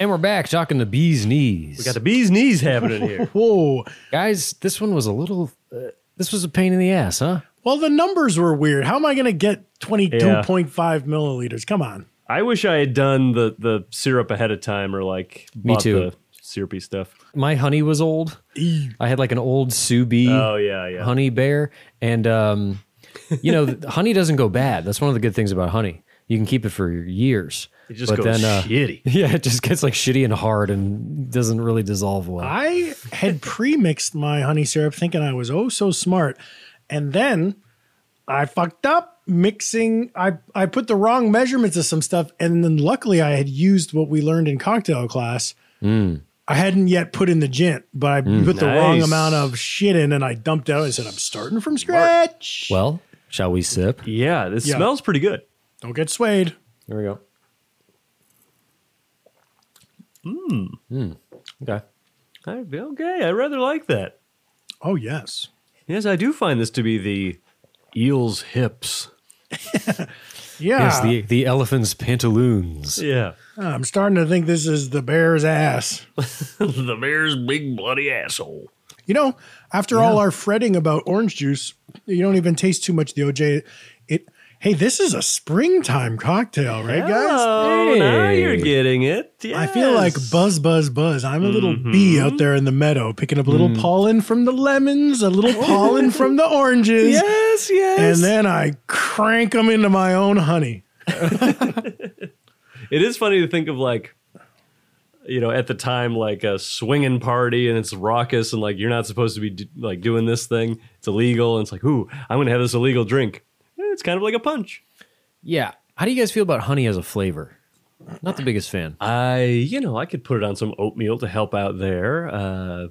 [SPEAKER 1] And we're back talking the bee's knees. We got the
[SPEAKER 3] bee's knees happening here.
[SPEAKER 1] Whoa. Guys, this one was a little, uh, this was a pain in the ass, huh?
[SPEAKER 2] Well, the numbers were weird. How am I going to get 22.5 milliliters? Come on.
[SPEAKER 3] (laughs) I wish I had done the, the syrup ahead of time or like
[SPEAKER 1] Me
[SPEAKER 3] bought
[SPEAKER 1] too.
[SPEAKER 3] the syrupy stuff.
[SPEAKER 1] My honey was old. I had like an old sous vide
[SPEAKER 3] Oh, yeah, yeah.
[SPEAKER 1] honey bear. And, um, you know,
[SPEAKER 3] (laughs)
[SPEAKER 1] th- honey doesn't go bad. That's one of the good things about honey. You can keep it for years. uh,
[SPEAKER 3] It just goes shitty.
[SPEAKER 1] (laughs) Yeah, it just gets like shitty and hard and doesn't really dissolve
[SPEAKER 3] Ah,
[SPEAKER 1] well.
[SPEAKER 2] I
[SPEAKER 1] (laughs)
[SPEAKER 2] had pre-mixed my honey syrup thinking I was oh so smart. And then I fucked up mixing I I put the wrong measurements of some stuff and then luckily I had used what we learned in cocktail class.
[SPEAKER 1] Mm.
[SPEAKER 2] I hadn't yet put in the gin, but I
[SPEAKER 1] Mm.
[SPEAKER 2] put the wrong
[SPEAKER 1] Nice.
[SPEAKER 2] amount of shit in and I dumped out. I said I'm starting from scratch.
[SPEAKER 1] Well, shall we sip?
[SPEAKER 3] Yeah, this
[SPEAKER 2] Yeah. smells
[SPEAKER 3] pretty good.
[SPEAKER 2] Don't get swayed.
[SPEAKER 1] There we go.
[SPEAKER 3] Mm.
[SPEAKER 1] Mm. Okay.
[SPEAKER 3] I, okay, I rather like that.
[SPEAKER 2] Oh, yes.
[SPEAKER 3] Yes, I do find this to be the eel's hips.
[SPEAKER 2] Yeah.
[SPEAKER 1] Yes, the, the elephant's pantaloons.
[SPEAKER 3] Yeah.
[SPEAKER 2] I'm starting to think this is the bear's ass.
[SPEAKER 3] (laughs) the bear's big bloody asshole.
[SPEAKER 2] You know, after all our fretting about orange juice, you don't even taste too much of the OJ. It hey, this is a springtime cocktail, right,
[SPEAKER 3] Oh,
[SPEAKER 2] guys?
[SPEAKER 3] now you're getting it.
[SPEAKER 2] I feel like buzz, buzz, buzz. I'm a little bee out there in the meadow, picking up a little pollen from the lemons, a little pollen from the oranges.
[SPEAKER 3] Yes, yes.
[SPEAKER 2] And then I crank them into my own honey.
[SPEAKER 3] It is funny to think of like, you know, at the time, like a swinging party and it's raucous and like you're not supposed to be d- like doing this thing. It's illegal. And it's like, ooh, I'm going to have this illegal drink. Eh, It's kind of like a punch.
[SPEAKER 1] Yeah. How do you guys feel about honey as a flavor? Not the biggest fan.
[SPEAKER 3] I, you know, I could put it on some oatmeal to help out there. Uh,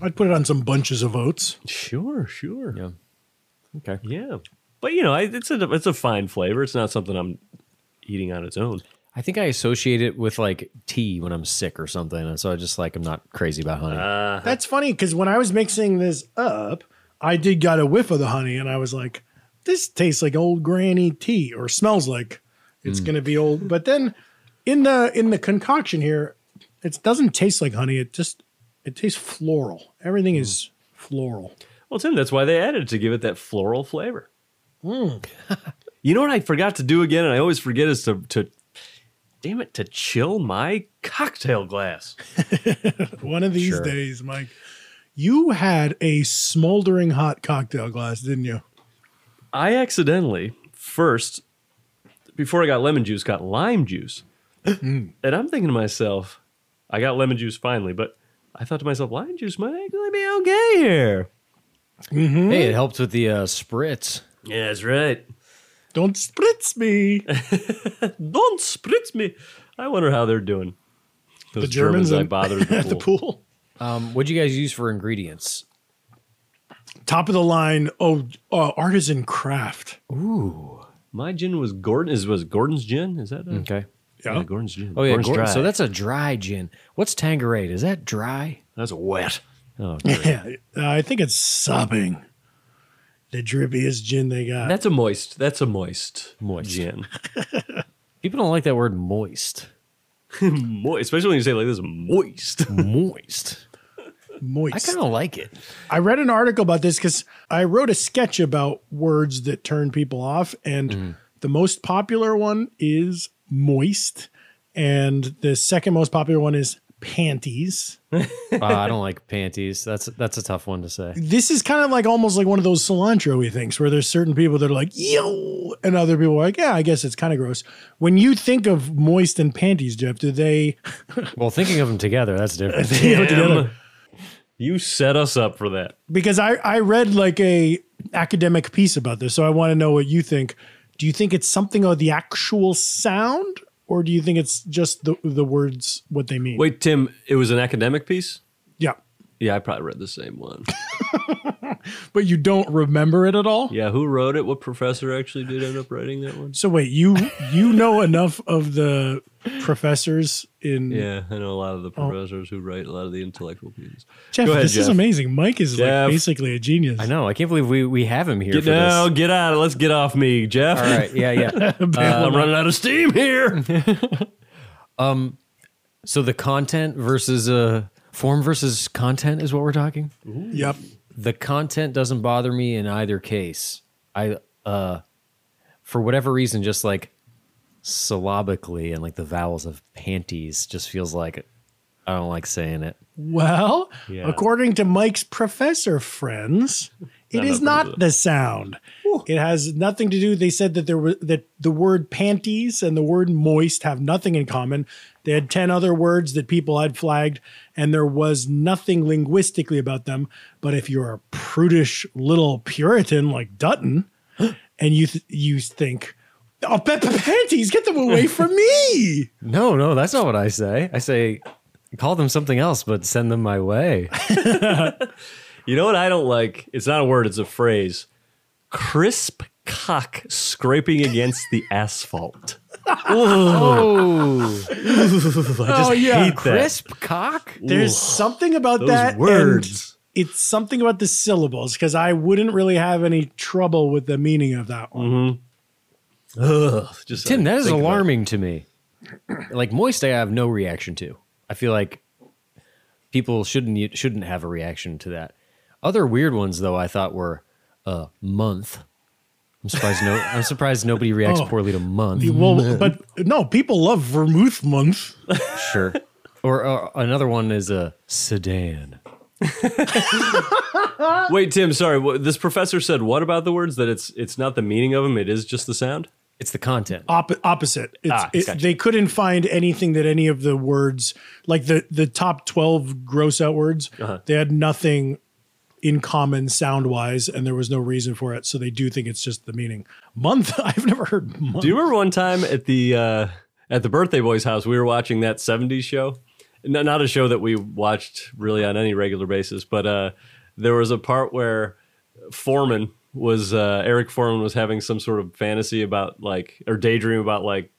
[SPEAKER 2] I'd put it on some bunches of oats.
[SPEAKER 3] Sure, sure.
[SPEAKER 1] Yeah. Okay.
[SPEAKER 3] Yeah. But, you know, I, it's a it's a fine flavor. It's not something I'm eating on its own.
[SPEAKER 1] I think I associate it with like tea when I'm sick or something, and so I just like I'm not crazy about honey.
[SPEAKER 2] That's funny because when I was mixing this up, I did got a whiff of the honey and I was like, this tastes like old granny tea or smells like it's gonna be old. But then in the in the concoction here, it doesn't taste like honey. It just it tastes floral. Everything is floral.
[SPEAKER 3] Well, Tim, that's why they added it to give it that floral flavor. You know what I forgot to do again, and I always forget is to to damn it to chill my cocktail glass.
[SPEAKER 2] One of these
[SPEAKER 3] Sure.
[SPEAKER 2] days, Mike. You had a smoldering hot cocktail glass, didn't you?
[SPEAKER 3] I accidentally first before I got lemon juice, got lime juice, and I'm thinking to myself, I got lemon juice finally, but I thought to myself, lime juice might actually be okay here.
[SPEAKER 1] Hey, it helped with the uh, spritz.
[SPEAKER 3] Yeah, that's right.
[SPEAKER 2] Don't spritz me.
[SPEAKER 3] Don't spritz me. I wonder how they're doing. Those
[SPEAKER 1] The Germans
[SPEAKER 3] I
[SPEAKER 1] in- (laughs)
[SPEAKER 3] bothered at the
[SPEAKER 1] at the
[SPEAKER 3] pool.
[SPEAKER 2] Pool.
[SPEAKER 1] Um, what'd you guys use for ingredients?
[SPEAKER 2] Top of the line, oh uh, artisan craft.
[SPEAKER 3] Ooh. My gin was Gordon. Is was Gordon's gin? Is that a,
[SPEAKER 1] Okay.
[SPEAKER 2] Yeah.
[SPEAKER 3] Gordon's gin.
[SPEAKER 1] Oh yeah,
[SPEAKER 3] Gordon's
[SPEAKER 1] Gordon.
[SPEAKER 3] Dry.
[SPEAKER 1] So that's a dry gin. What's Tanqueray? Is that dry?
[SPEAKER 3] that's wet. Oh,
[SPEAKER 2] Yeah, I think it's sopping. The drippiest gin they got.
[SPEAKER 3] that's a moist. That's a moist
[SPEAKER 1] Moist.
[SPEAKER 3] (laughs) gin.
[SPEAKER 1] People don't like that word moist.
[SPEAKER 3] moist, especially when you say it like this, (laughs) moist.
[SPEAKER 1] Moist.
[SPEAKER 2] Moist.
[SPEAKER 1] I kind of like it.
[SPEAKER 2] I read an article about this because I wrote a sketch about words that turn people off, and
[SPEAKER 1] Mm-hmm.
[SPEAKER 2] the most popular one is moist, and the second most popular one is panties.
[SPEAKER 1] Uh, I don't like panties. That's that's a tough one to say.
[SPEAKER 2] This is kind of like almost like one of those cilantro-y things where there's certain people that are like, yo, and other people are like, yeah, I guess it's kind of gross. When you think of moist and panties, Jeff, do they
[SPEAKER 1] Well, thinking of them together, that's different. (laughs)
[SPEAKER 2] Damn. together.
[SPEAKER 3] You set us up for that.
[SPEAKER 2] because I, I read like a academic piece about this, so I want to know what you think. do you think it's something of the actual sound, or do you think it's just the the words what they mean?
[SPEAKER 3] Wait, Tim, it was an academic piece?
[SPEAKER 2] Yeah.
[SPEAKER 3] Yeah, I probably read the same one.
[SPEAKER 2] But you don't remember it at all.
[SPEAKER 3] (laughs) yeah, who wrote it? What professor actually did end up writing that one?
[SPEAKER 2] So wait, you you know enough of the professors in
[SPEAKER 3] Yeah, I know a lot of the
[SPEAKER 1] Oh.
[SPEAKER 3] professors who write a lot of the intellectual pieces.
[SPEAKER 2] Jeff,
[SPEAKER 3] Go ahead,
[SPEAKER 2] this is
[SPEAKER 3] Jeff.
[SPEAKER 2] amazing. Mike is
[SPEAKER 3] Jeff.
[SPEAKER 2] like basically a genius.
[SPEAKER 1] I know. I can't believe we, we have him here
[SPEAKER 3] Get
[SPEAKER 1] for
[SPEAKER 3] down, get out. of- Let's get off me, Jeff. Uh,
[SPEAKER 1] All
[SPEAKER 3] (laughs)
[SPEAKER 1] right, yeah, yeah. (laughs)
[SPEAKER 3] I'm running out of steam (laughs) here.
[SPEAKER 1] this. Um, so the content versus uh form versus content is what we're talking.
[SPEAKER 2] Yep.
[SPEAKER 1] The content doesn't bother me in either case. I uh, for whatever reason, just like syllabically and like the vowels of panties, just feels like I don't like saying it.
[SPEAKER 2] Well,
[SPEAKER 1] Yeah.
[SPEAKER 2] according to Mike's professor friends, it
[SPEAKER 1] Not
[SPEAKER 2] is
[SPEAKER 1] nothing to
[SPEAKER 2] not
[SPEAKER 1] do.
[SPEAKER 2] the sound. It has nothing to do. They said that there were that the word panties and the word moist have nothing in common. They had 10 other words that people had flagged, and there was nothing linguistically about them. But if you're a prudish little Puritan like
[SPEAKER 1] (gasps)
[SPEAKER 2] Dutton, and you th- you think, oh, pa- pa- panties, get them away
[SPEAKER 1] (laughs)
[SPEAKER 2] from me.
[SPEAKER 1] No, no, that's not what I say. I say call them something else, but send them my way. (laughs)
[SPEAKER 3] You know what I don't like? It's not a word, it's a phrase. Crisp cock scraping against the asphalt.
[SPEAKER 1] Oh,
[SPEAKER 3] I just
[SPEAKER 2] Oh, yeah.
[SPEAKER 3] hate that.
[SPEAKER 2] Crisp
[SPEAKER 1] cock.
[SPEAKER 2] There's something about
[SPEAKER 3] those
[SPEAKER 2] that and
[SPEAKER 3] words.
[SPEAKER 2] it's something about the syllables because I wouldn't really have any trouble with the meaning of that one.
[SPEAKER 3] Mm-hmm. Ugh, just
[SPEAKER 1] Tim,
[SPEAKER 3] I
[SPEAKER 1] that is
[SPEAKER 3] think about
[SPEAKER 1] alarming to me. Like moist, I have no reaction to. I feel like people shouldn't shouldn't have a reaction to that. Other weird ones, though, I thought were uh, month. I'm surprised no. I'm surprised nobody reacts
[SPEAKER 2] Oh.
[SPEAKER 1] poorly to month.
[SPEAKER 3] (laughs)
[SPEAKER 2] Well, but no, people love Vermouth Month.
[SPEAKER 1] sure. Or, or another one is a sedan.
[SPEAKER 3] it. Wait, Tim, sorry. What, this professor said what about the words that it's it's not the meaning of them, it is just the sound?
[SPEAKER 1] It's the content.
[SPEAKER 2] Oppo- opposite. It's,
[SPEAKER 3] Ah,
[SPEAKER 2] it,
[SPEAKER 3] gotcha.
[SPEAKER 2] They couldn't find anything that any of the words, like the the top twelve gross out words,
[SPEAKER 3] Uh-huh.
[SPEAKER 2] they had nothing in common sound wise, and there was no reason for it. So they do think it's just the meaning. Month. (laughs) I've never heard month.
[SPEAKER 3] Do you remember one time at the uh, at the birthday boy's house we were watching that '70s show? No, not a show that we watched really on any regular basis, but uh, there was a part where Foreman was uh, Eric Foreman was having some sort of fantasy about like or daydream about like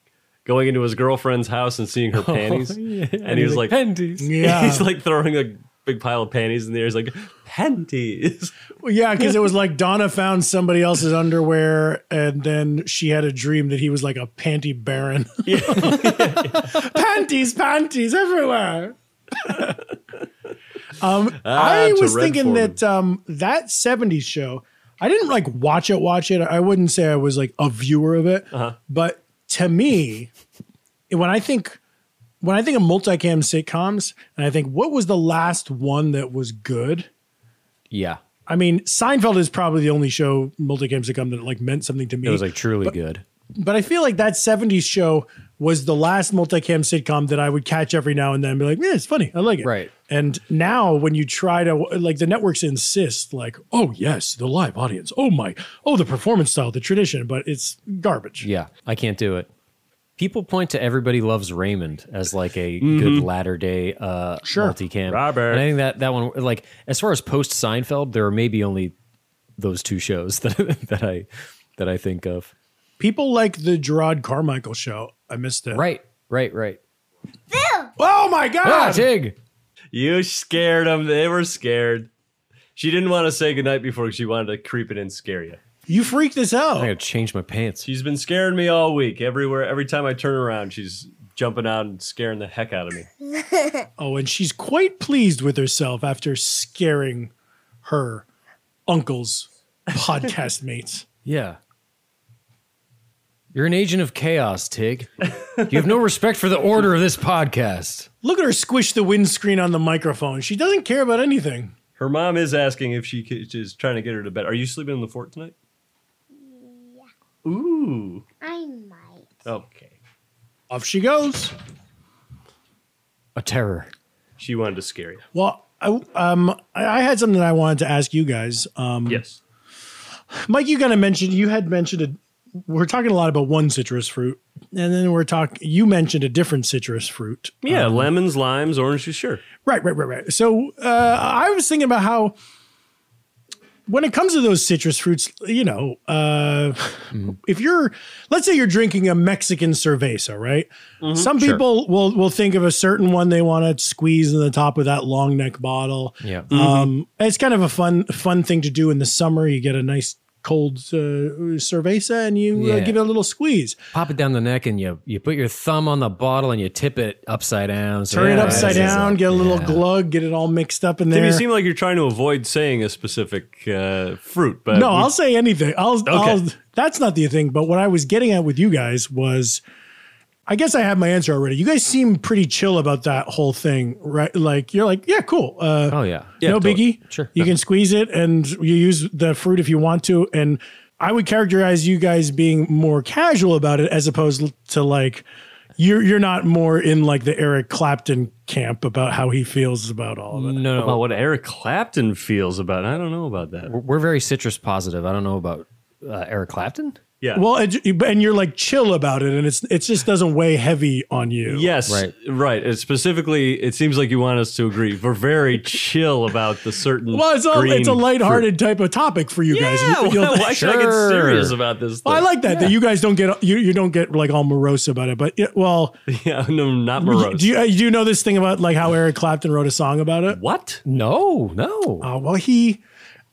[SPEAKER 3] going into his girlfriend's house and seeing her panties,
[SPEAKER 1] yeah.
[SPEAKER 3] and he was like
[SPEAKER 1] Panties.
[SPEAKER 3] (laughs) he's like throwing a big pile of panties in the air. He's like panties.
[SPEAKER 2] Well, yeah, because it was like Donna found somebody else's underwear, and then she had a dream that he was like a panty baron. (laughs) panties, panties everywhere. um,
[SPEAKER 3] Ah,
[SPEAKER 2] I
[SPEAKER 3] to
[SPEAKER 2] was
[SPEAKER 3] Red
[SPEAKER 2] thinking
[SPEAKER 3] Foreman.
[SPEAKER 2] that um, that '70s show. I didn't like watch it, watch it. I wouldn't say I was like a viewer of it, but to me, when I think when I think of multicam sitcoms, and I think what was the last one that was good?
[SPEAKER 1] Yeah,
[SPEAKER 2] I mean, Seinfeld is probably the only show multicam sitcom that like meant something to me.
[SPEAKER 1] it was like truly good.
[SPEAKER 2] but I feel like that '70s show was the last multicam sitcom that I would catch every now and then. And be like, yeah, it's funny, I like it.
[SPEAKER 1] Right.
[SPEAKER 2] And now, when you try to like, the networks insist, like, oh yes, the live audience. Oh my, oh the performance style, the tradition, but it's garbage.
[SPEAKER 1] Yeah, I can't do it. People point to everybody loves Raymond as like a good latter day uh
[SPEAKER 2] Mm-hmm. Sure.
[SPEAKER 1] multicam.
[SPEAKER 2] Robert.
[SPEAKER 1] And I think that that one like as far as post Seinfeld, there are maybe only those two shows (laughs) that that I that I think of.
[SPEAKER 2] People like the Gerard Carmichael show. I missed it.
[SPEAKER 1] Right, right, right.
[SPEAKER 2] Oh my god!
[SPEAKER 1] Ah, Tig.
[SPEAKER 3] You scared them. They were scared. She didn't want to say goodnight before she wanted to creep it and scare you.
[SPEAKER 2] You freaked us
[SPEAKER 1] I
[SPEAKER 2] out.
[SPEAKER 1] gotta change my pants.
[SPEAKER 3] She's been scaring me all week. Everywhere, every time I turn around, she's jumping out and scaring the heck out of me.
[SPEAKER 2] Oh, and she's quite pleased with herself after scaring her uncle's podcast mates.
[SPEAKER 1] Yeah. You're an agent of chaos, Tig. you
[SPEAKER 2] (laughs)
[SPEAKER 1] have no respect for the order of this podcast.
[SPEAKER 2] Look at her squish the windscreen on the microphone. She doesn't care about anything.
[SPEAKER 3] Her mom is asking if she c- is trying to get her to bed. Are you sleeping in the fort tonight? Yeah. Ooh.
[SPEAKER 6] I might.
[SPEAKER 3] Oh. Okay.
[SPEAKER 2] Off she goes.
[SPEAKER 1] A terror.
[SPEAKER 3] She wanted to scare you.
[SPEAKER 2] Well, I, um, I I had something I wanted to ask you guys. Um,
[SPEAKER 3] Yes.
[SPEAKER 2] Mike, you kind of mentioned you had mentioned a we're talking a lot about one citrus fruit, and then we're talking. You mentioned a different citrus fruit.
[SPEAKER 3] Yeah, lemons, limes, oranges, sure.
[SPEAKER 2] Right, right, right, right. So uh, I was thinking about how when it comes to those citrus fruits, you know, uh, if you're, let's say you're drinking a Mexican cerveza, right?
[SPEAKER 8] Mhm.
[SPEAKER 2] Some
[SPEAKER 8] Sure.
[SPEAKER 2] people will will think of a certain one they want to squeeze in the top of that long neck bottle.
[SPEAKER 8] Yeah.
[SPEAKER 2] Um, it's kind of a fun fun thing to do in the summer. You get a nice cold uh, cerveza and you uh,
[SPEAKER 1] Yeah.
[SPEAKER 2] give it a little squeeze.
[SPEAKER 1] Pop it down the neck and you you put your thumb on the bottle and you tip it upside down. so
[SPEAKER 2] Turn it
[SPEAKER 1] that
[SPEAKER 2] upside
[SPEAKER 1] rises
[SPEAKER 2] down,
[SPEAKER 1] up.
[SPEAKER 2] get a little glug, get it all mixed up in there.
[SPEAKER 3] Tim, you seem like you're trying to avoid saying a specific uh, fruit, but
[SPEAKER 2] no, I'll say anything. I'll,
[SPEAKER 3] Okay.
[SPEAKER 2] I'll that's not the thing. But what I was getting at with you guys was I guess I have my answer already. You guys seem pretty chill about that whole thing, right? Like you're like, yeah, cool. Uh,
[SPEAKER 1] oh yeah,
[SPEAKER 2] no biggie.
[SPEAKER 1] Sure,
[SPEAKER 2] you can squeeze it, and you use the fruit if you want to. And I would characterize you guys being more casual about it, as opposed to like you're you're not more in like the Eric Clapton camp about how he feels about all of it.
[SPEAKER 1] No,
[SPEAKER 3] about what Eric Clapton feels about. it. I don't know about that.
[SPEAKER 1] We're, we're very citrus positive. I don't know about uh, Eric Clapton.
[SPEAKER 3] Yeah.
[SPEAKER 2] Well, and and you're like chill about it, and it's it just doesn't weigh heavy on you.
[SPEAKER 3] Yes, right. right. It's specifically, it seems like you want us to agree.
[SPEAKER 2] (laughs)
[SPEAKER 3] We're very chill about the certain.
[SPEAKER 2] Well, it's a
[SPEAKER 3] green
[SPEAKER 2] it's a lighthearted
[SPEAKER 3] fruit.
[SPEAKER 2] type of topic for you guys.
[SPEAKER 3] Yeah,
[SPEAKER 2] You- you'll-
[SPEAKER 3] (laughs) why, why should I get serious about this?
[SPEAKER 2] Well, I
[SPEAKER 3] thing?
[SPEAKER 2] like that that you guys don't get you you don't get like all morose about it. But yeah, well,
[SPEAKER 3] (laughs) yeah, no, not morose.
[SPEAKER 2] Do you, uh, do you know this thing about like how Eric Clapton wrote a song about it?
[SPEAKER 3] What?
[SPEAKER 1] No, no.
[SPEAKER 2] Uh, well, he,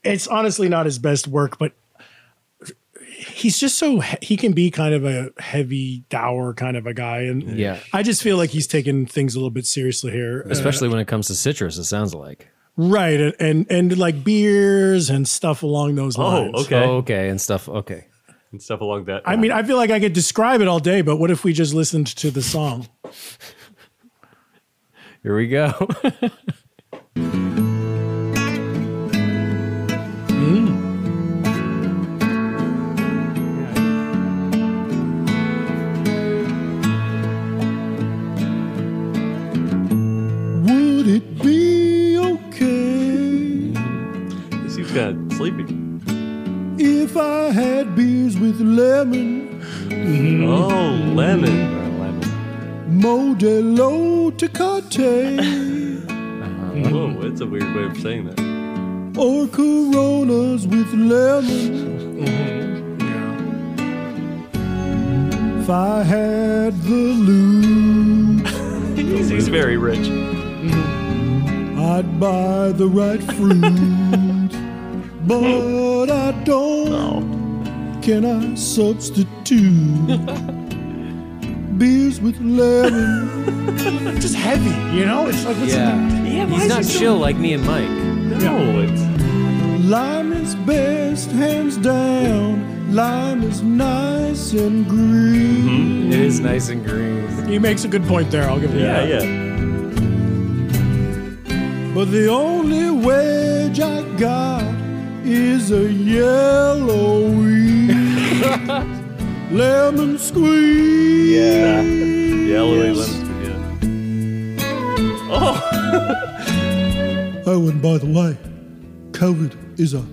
[SPEAKER 2] it's honestly not his best work, but he's just so he- he can be kind of a heavy, dour kind of a guy, and
[SPEAKER 1] Yeah.
[SPEAKER 2] I just feel like he's taking things a little bit seriously here, Uh,
[SPEAKER 1] Especially when it comes to citrus, it sounds like.
[SPEAKER 2] right? And, and and like beers and stuff along
[SPEAKER 3] Oh,
[SPEAKER 2] those lines.
[SPEAKER 1] okay, and stuff. Okay,
[SPEAKER 3] and stuff along that.
[SPEAKER 2] I mean, I feel like I could describe it all day, but what if we just listened to the song?
[SPEAKER 1] Here we go. (laughs)
[SPEAKER 8] Would it be okay
[SPEAKER 3] He seems kind of sleepy.
[SPEAKER 8] if I had beers with lemon?
[SPEAKER 3] Oh, lemon.
[SPEAKER 8] Modelo Tecate
[SPEAKER 3] Whoa, it's a weird way of saying that.
[SPEAKER 8] or Coronas with lemon. If I had the loo,
[SPEAKER 3] he's, he's very rich.
[SPEAKER 8] I'd buy the right
[SPEAKER 2] (laughs)
[SPEAKER 8] fruit, but I don't. Can I
[SPEAKER 2] (laughs)
[SPEAKER 8] substitute beers with lemon?
[SPEAKER 2] (laughs) Just heavy, you know? It's like
[SPEAKER 1] yeah, he's not chill like me and Mike.
[SPEAKER 3] No,
[SPEAKER 8] Lime is best, hands down. Lime is nice and green.
[SPEAKER 1] it is nice and green.
[SPEAKER 2] Mm-hmm. He makes a good point there. I'll give it
[SPEAKER 8] Yeah,
[SPEAKER 2] that.
[SPEAKER 3] yeah.
[SPEAKER 8] But the only wedge I got is a yellowy
[SPEAKER 2] (laughs)
[SPEAKER 8] lemon squeeze.
[SPEAKER 3] Yeah. Yellowy lemon. Yeah. Oh.
[SPEAKER 8] Oh, and by the way, COVID is a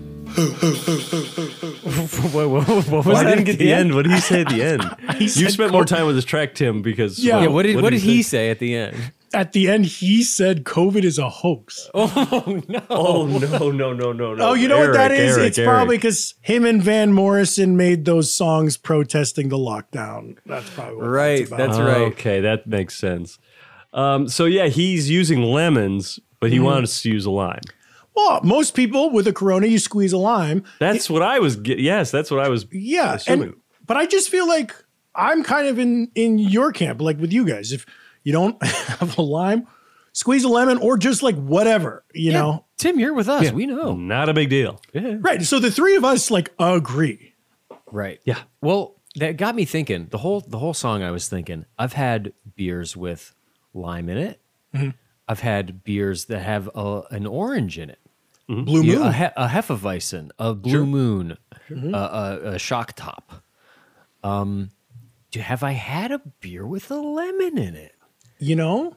[SPEAKER 1] Whoa, whoa, whoa, what was
[SPEAKER 3] I
[SPEAKER 1] that
[SPEAKER 3] didn't get
[SPEAKER 1] at
[SPEAKER 3] the end. What did (laughs) he say at the end? you
[SPEAKER 2] said
[SPEAKER 3] spent more time with this track, Tim, because
[SPEAKER 2] Yeah. Yeah, what did- Oh, what did he
[SPEAKER 1] say at the end?
[SPEAKER 2] At the end, he said COVID is a hoax.
[SPEAKER 1] Oh, no.
[SPEAKER 3] (laughs) Oh no, no, no, no, no.
[SPEAKER 2] Oh, you know what that
[SPEAKER 3] Eric,
[SPEAKER 2] is?
[SPEAKER 3] Eric,
[SPEAKER 2] it's
[SPEAKER 3] Eric.
[SPEAKER 2] probably because him and Van Morrison made those songs protesting the lockdown. That's probably what
[SPEAKER 1] Right,
[SPEAKER 2] That's about.
[SPEAKER 1] that's right.
[SPEAKER 3] Okay, that makes sense. Um, so yeah, he's using lemons, but he
[SPEAKER 2] Mhm.
[SPEAKER 3] wanted us to use a lime.
[SPEAKER 2] Well, most people with a Corona, you squeeze a lime.
[SPEAKER 3] That's what I was. Get, yes, that's what I was.
[SPEAKER 2] Yeah, and,
[SPEAKER 3] assuming.
[SPEAKER 2] but I just feel like I'm kind of in in your camp, like with you guys. If you don't (laughs) have a lime, squeeze a lemon or just like whatever, you know.
[SPEAKER 1] Tim, you're with us.
[SPEAKER 3] Yeah.
[SPEAKER 1] We know.
[SPEAKER 3] Not a big deal.
[SPEAKER 1] Yeah.
[SPEAKER 2] Right. So the three of us like agree.
[SPEAKER 1] Right.
[SPEAKER 3] Yeah.
[SPEAKER 1] Well, that got me thinking. The whole the whole song I was thinking. I've had beers with lime in it.
[SPEAKER 2] Mhm.
[SPEAKER 1] I've had beers that have a, an orange in it.
[SPEAKER 2] Blue
[SPEAKER 1] You-
[SPEAKER 2] Moon.
[SPEAKER 1] a, he, a Hefeweizen, a Blue
[SPEAKER 2] Sure.
[SPEAKER 1] Moon,
[SPEAKER 2] Mhm.
[SPEAKER 1] a, a, a Shock Top. Um, do, have I had a beer with a lemon in it?
[SPEAKER 2] You know,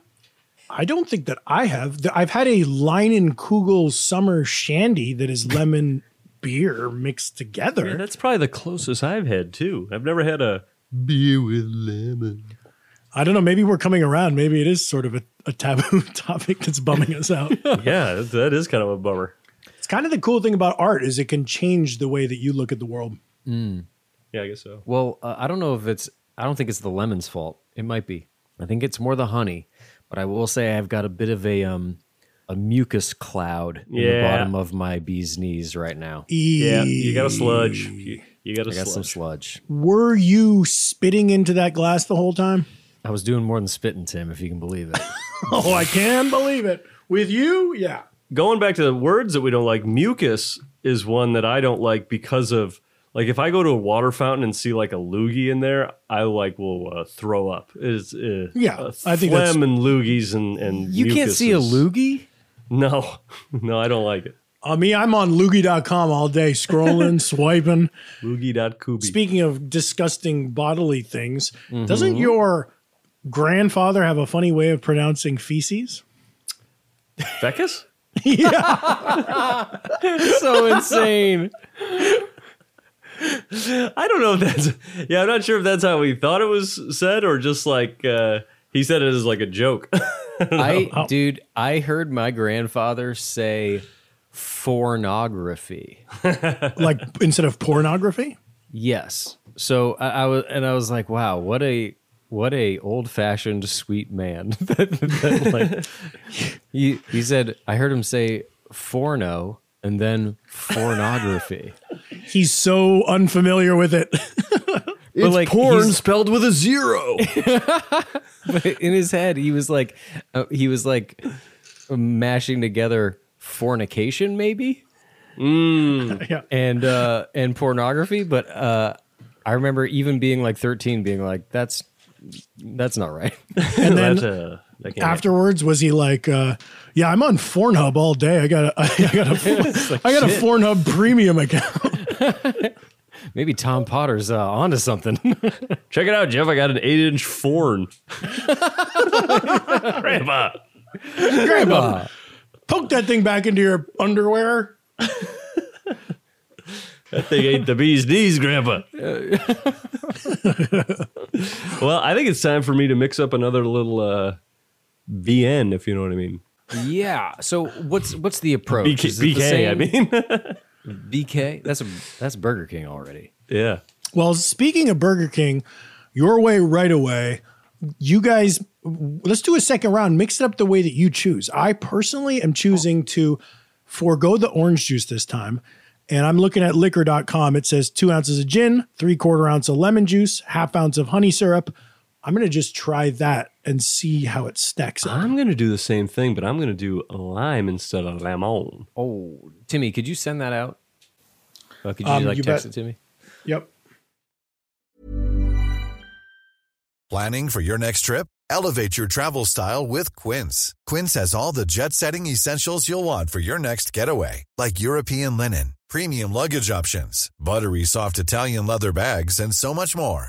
[SPEAKER 2] I don't think that I have. Th- I've had a Kugel summer shandy that is lemon (laughs) beer mixed together.
[SPEAKER 3] Yeah, that's probably the closest I've had too. I've never had (laughs) a beer with lemon.
[SPEAKER 2] I don't know. Maybe we're coming around. Maybe it is sort of a, a taboo (laughs) topic that's bumming us out.
[SPEAKER 3] yeah, that- that is kind of a bummer.
[SPEAKER 2] It's kind of the cool thing about art is it can change the way that you look at the world.
[SPEAKER 1] Mm.
[SPEAKER 3] Yeah, I guess so.
[SPEAKER 1] Well, uh, I don't know if it's. I don't think it's the lemon's fault. It might be. I think it's more the honey. But I will say I've got a bit of a um a mucus cloud in the
[SPEAKER 3] Yeah.
[SPEAKER 1] bottom of my bee's knees right now.
[SPEAKER 3] Yeah, you got a sludge. You, you got a
[SPEAKER 1] I got
[SPEAKER 3] sludge.
[SPEAKER 1] some sludge.
[SPEAKER 2] Were you spitting into that glass the whole time?
[SPEAKER 1] I was doing more than spitting, Tim, if you can believe it.
[SPEAKER 2] Oh, I can believe it. With you, yeah.
[SPEAKER 3] Going back to the words that we don't like, mucus is one that I don't like because of like if I go to a water fountain and see like a loogie in there, I like will uh, throw up. Is uh,
[SPEAKER 1] Yeah,
[SPEAKER 3] uh,
[SPEAKER 1] I think that's-
[SPEAKER 3] phlegm and loogies and and
[SPEAKER 1] You can't see a
[SPEAKER 3] mucuses.
[SPEAKER 1] loogie?
[SPEAKER 3] No, (laughs) no, I don't like it.
[SPEAKER 2] Uh, me, I'm on loogie.com all day, (laughs) scrolling, swiping.
[SPEAKER 3] Loogie.kubi.
[SPEAKER 2] Speaking of disgusting bodily things,
[SPEAKER 3] Mhm.
[SPEAKER 2] doesn't your grandfather have a funny way of pronouncing feces?
[SPEAKER 3] Fecus?
[SPEAKER 2] yeah.
[SPEAKER 1] (laughs) so insane.
[SPEAKER 3] I don't know if that's yeah. I'm not sure if that's how he thought it was said or just like uh, he said it as like a joke. (laughs)
[SPEAKER 1] I dude, I heard my grandfather say pornography.
[SPEAKER 2] (laughs) like instead of pornography?
[SPEAKER 1] Yes. So I, I was, and I was like, wow, what a what a old fashioned sweet man. (laughs) That- that, like, (laughs) he, he said, I heard him say forno and then (laughs) pornography.
[SPEAKER 2] He's so unfamiliar with it.
[SPEAKER 1] It's like, porn he's-
[SPEAKER 3] spelled with a zero.
[SPEAKER 1] but (laughs) in his head, he was like, uh, he was like mashing together fornication, maybe,
[SPEAKER 2] (laughs) yeah.
[SPEAKER 1] and uh, and pornography. But uh, I remember even being like 13, being like, that's that's not right. (laughs)
[SPEAKER 2] And then
[SPEAKER 3] That's a- that uh,
[SPEAKER 1] Ah.
[SPEAKER 3] can't
[SPEAKER 2] Afterwards, was he like, uh, "Yeah, I'm on Pornhub all day. I got a, (laughs) I got a, I got a
[SPEAKER 1] shit.
[SPEAKER 2] Pornhub premium account."
[SPEAKER 1] Maybe Tom Potter's uh, onto something. (laughs)
[SPEAKER 3] Check it out, Jeff. I got an eight inch forn. (laughs) Grandpa.
[SPEAKER 2] Grandpa, poke that thing back into your underwear.
[SPEAKER 3] That thing ate the bee's knees, (laughs) Grandpa. well, I think it's time for me to mix up another little uh, VN, if you know what I mean.
[SPEAKER 1] Yeah. So what's what's the approach?
[SPEAKER 3] BK
[SPEAKER 1] Is it the
[SPEAKER 3] I
[SPEAKER 1] same-
[SPEAKER 3] mean.
[SPEAKER 1] BK. That's a that's Burger King already.
[SPEAKER 3] (laughs) Yeah.
[SPEAKER 2] Well, speaking of Burger King, your way right away. You guys, let's do a second round. Mix it up the way that you choose. I personally am choosing to forego the orange juice this time. And I'm looking at liquor.com. It says two ounces of gin, three quarter ounce of lemon juice, half ounce of honey syrup. I'm going to just try that and see how it stacks up.
[SPEAKER 3] I'm going to do the same thing, but I'm going to do lime instead of lemon.
[SPEAKER 1] Oh, Timmy, could you send that out? Uh, could you
[SPEAKER 2] Um,
[SPEAKER 1] like
[SPEAKER 2] you
[SPEAKER 1] text
[SPEAKER 2] bet.
[SPEAKER 1] it to me?
[SPEAKER 2] Yep.
[SPEAKER 4] Planning for your next trip? Elevate your travel style with Quince. Quince has all the jet setting essentials you'll want for your next getaway, like European linen, premium luggage options, buttery soft Italian leather bags, and so much more.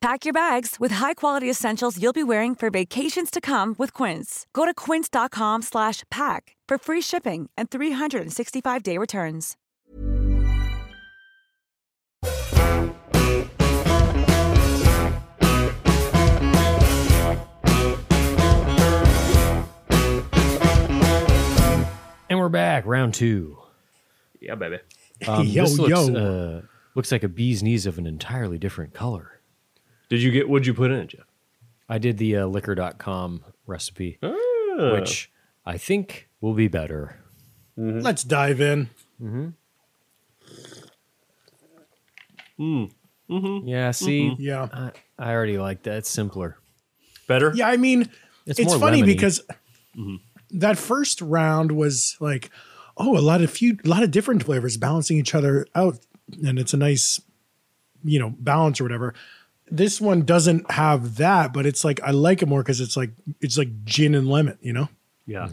[SPEAKER 9] Pack your bags with high-quality essentials you'll be wearing for vacations to come with Quince. Go to quince.com slash pack for free shipping and 365-day returns.
[SPEAKER 1] And we're back, round two.
[SPEAKER 3] Yeah, baby.
[SPEAKER 1] Um,
[SPEAKER 2] (laughs) Yo,
[SPEAKER 1] this looks,
[SPEAKER 2] yo.
[SPEAKER 1] Uh, looks like a bee's knees of an entirely different color.
[SPEAKER 3] Did you get, what'd you put in it, Jeff?
[SPEAKER 1] I did the uh, liquor.com recipe,
[SPEAKER 3] Ah.
[SPEAKER 1] which I think will be better.
[SPEAKER 2] Let's dive in.
[SPEAKER 1] Mm-hmm.
[SPEAKER 3] Mm. Mm-hmm.
[SPEAKER 1] Yeah, see?
[SPEAKER 2] Mhm. Yeah.
[SPEAKER 1] I, I already like that. It's simpler.
[SPEAKER 3] Better?
[SPEAKER 2] Yeah, I mean,
[SPEAKER 1] It's
[SPEAKER 2] it's,
[SPEAKER 1] more
[SPEAKER 2] funny
[SPEAKER 1] lemony.
[SPEAKER 2] because
[SPEAKER 3] Mm-hmm.
[SPEAKER 2] that first round was like, oh, a lot of few, a lot of different flavors balancing each other out, and it's a nice, you know, balance or whatever. This one doesn't have that, but it's like I like it more because it's like it's like gin and lemon, you know.
[SPEAKER 3] Yeah.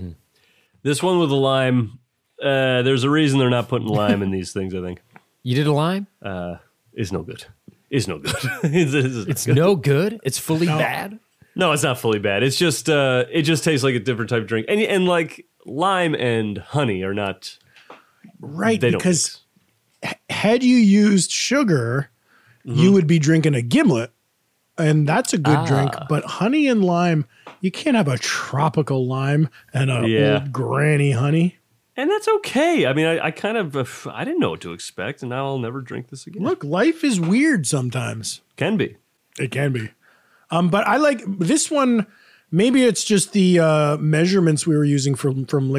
[SPEAKER 3] This one with the lime, uh, there's a reason they're not putting lime in these things, I think.
[SPEAKER 1] You did a lime?
[SPEAKER 3] Uh, is no good. Is no good. (laughs) it's it's,
[SPEAKER 1] It's no good. It's fully
[SPEAKER 3] No.
[SPEAKER 1] bad.
[SPEAKER 3] No, it's not fully bad. It's just uh, it just tastes like a different type of drink, and and like lime and honey are not
[SPEAKER 2] Right,
[SPEAKER 3] They don't
[SPEAKER 2] because h- had you used sugar,
[SPEAKER 3] Mm-hmm.
[SPEAKER 2] you would be drinking a gimlet, and that's a good drink.
[SPEAKER 3] Ah.
[SPEAKER 2] But honey and lime, you can't have a tropical lime and a
[SPEAKER 3] Yeah.
[SPEAKER 2] old granny honey.
[SPEAKER 3] and that's okay. I mean, I, I kind of uh, I didn't know what to expect, and now I'll never drink this again.
[SPEAKER 2] Look, life is weird sometimes.
[SPEAKER 3] Can be.
[SPEAKER 2] It can be. Um, but I like this one. Maybe it's just the uh, measurements we were using from from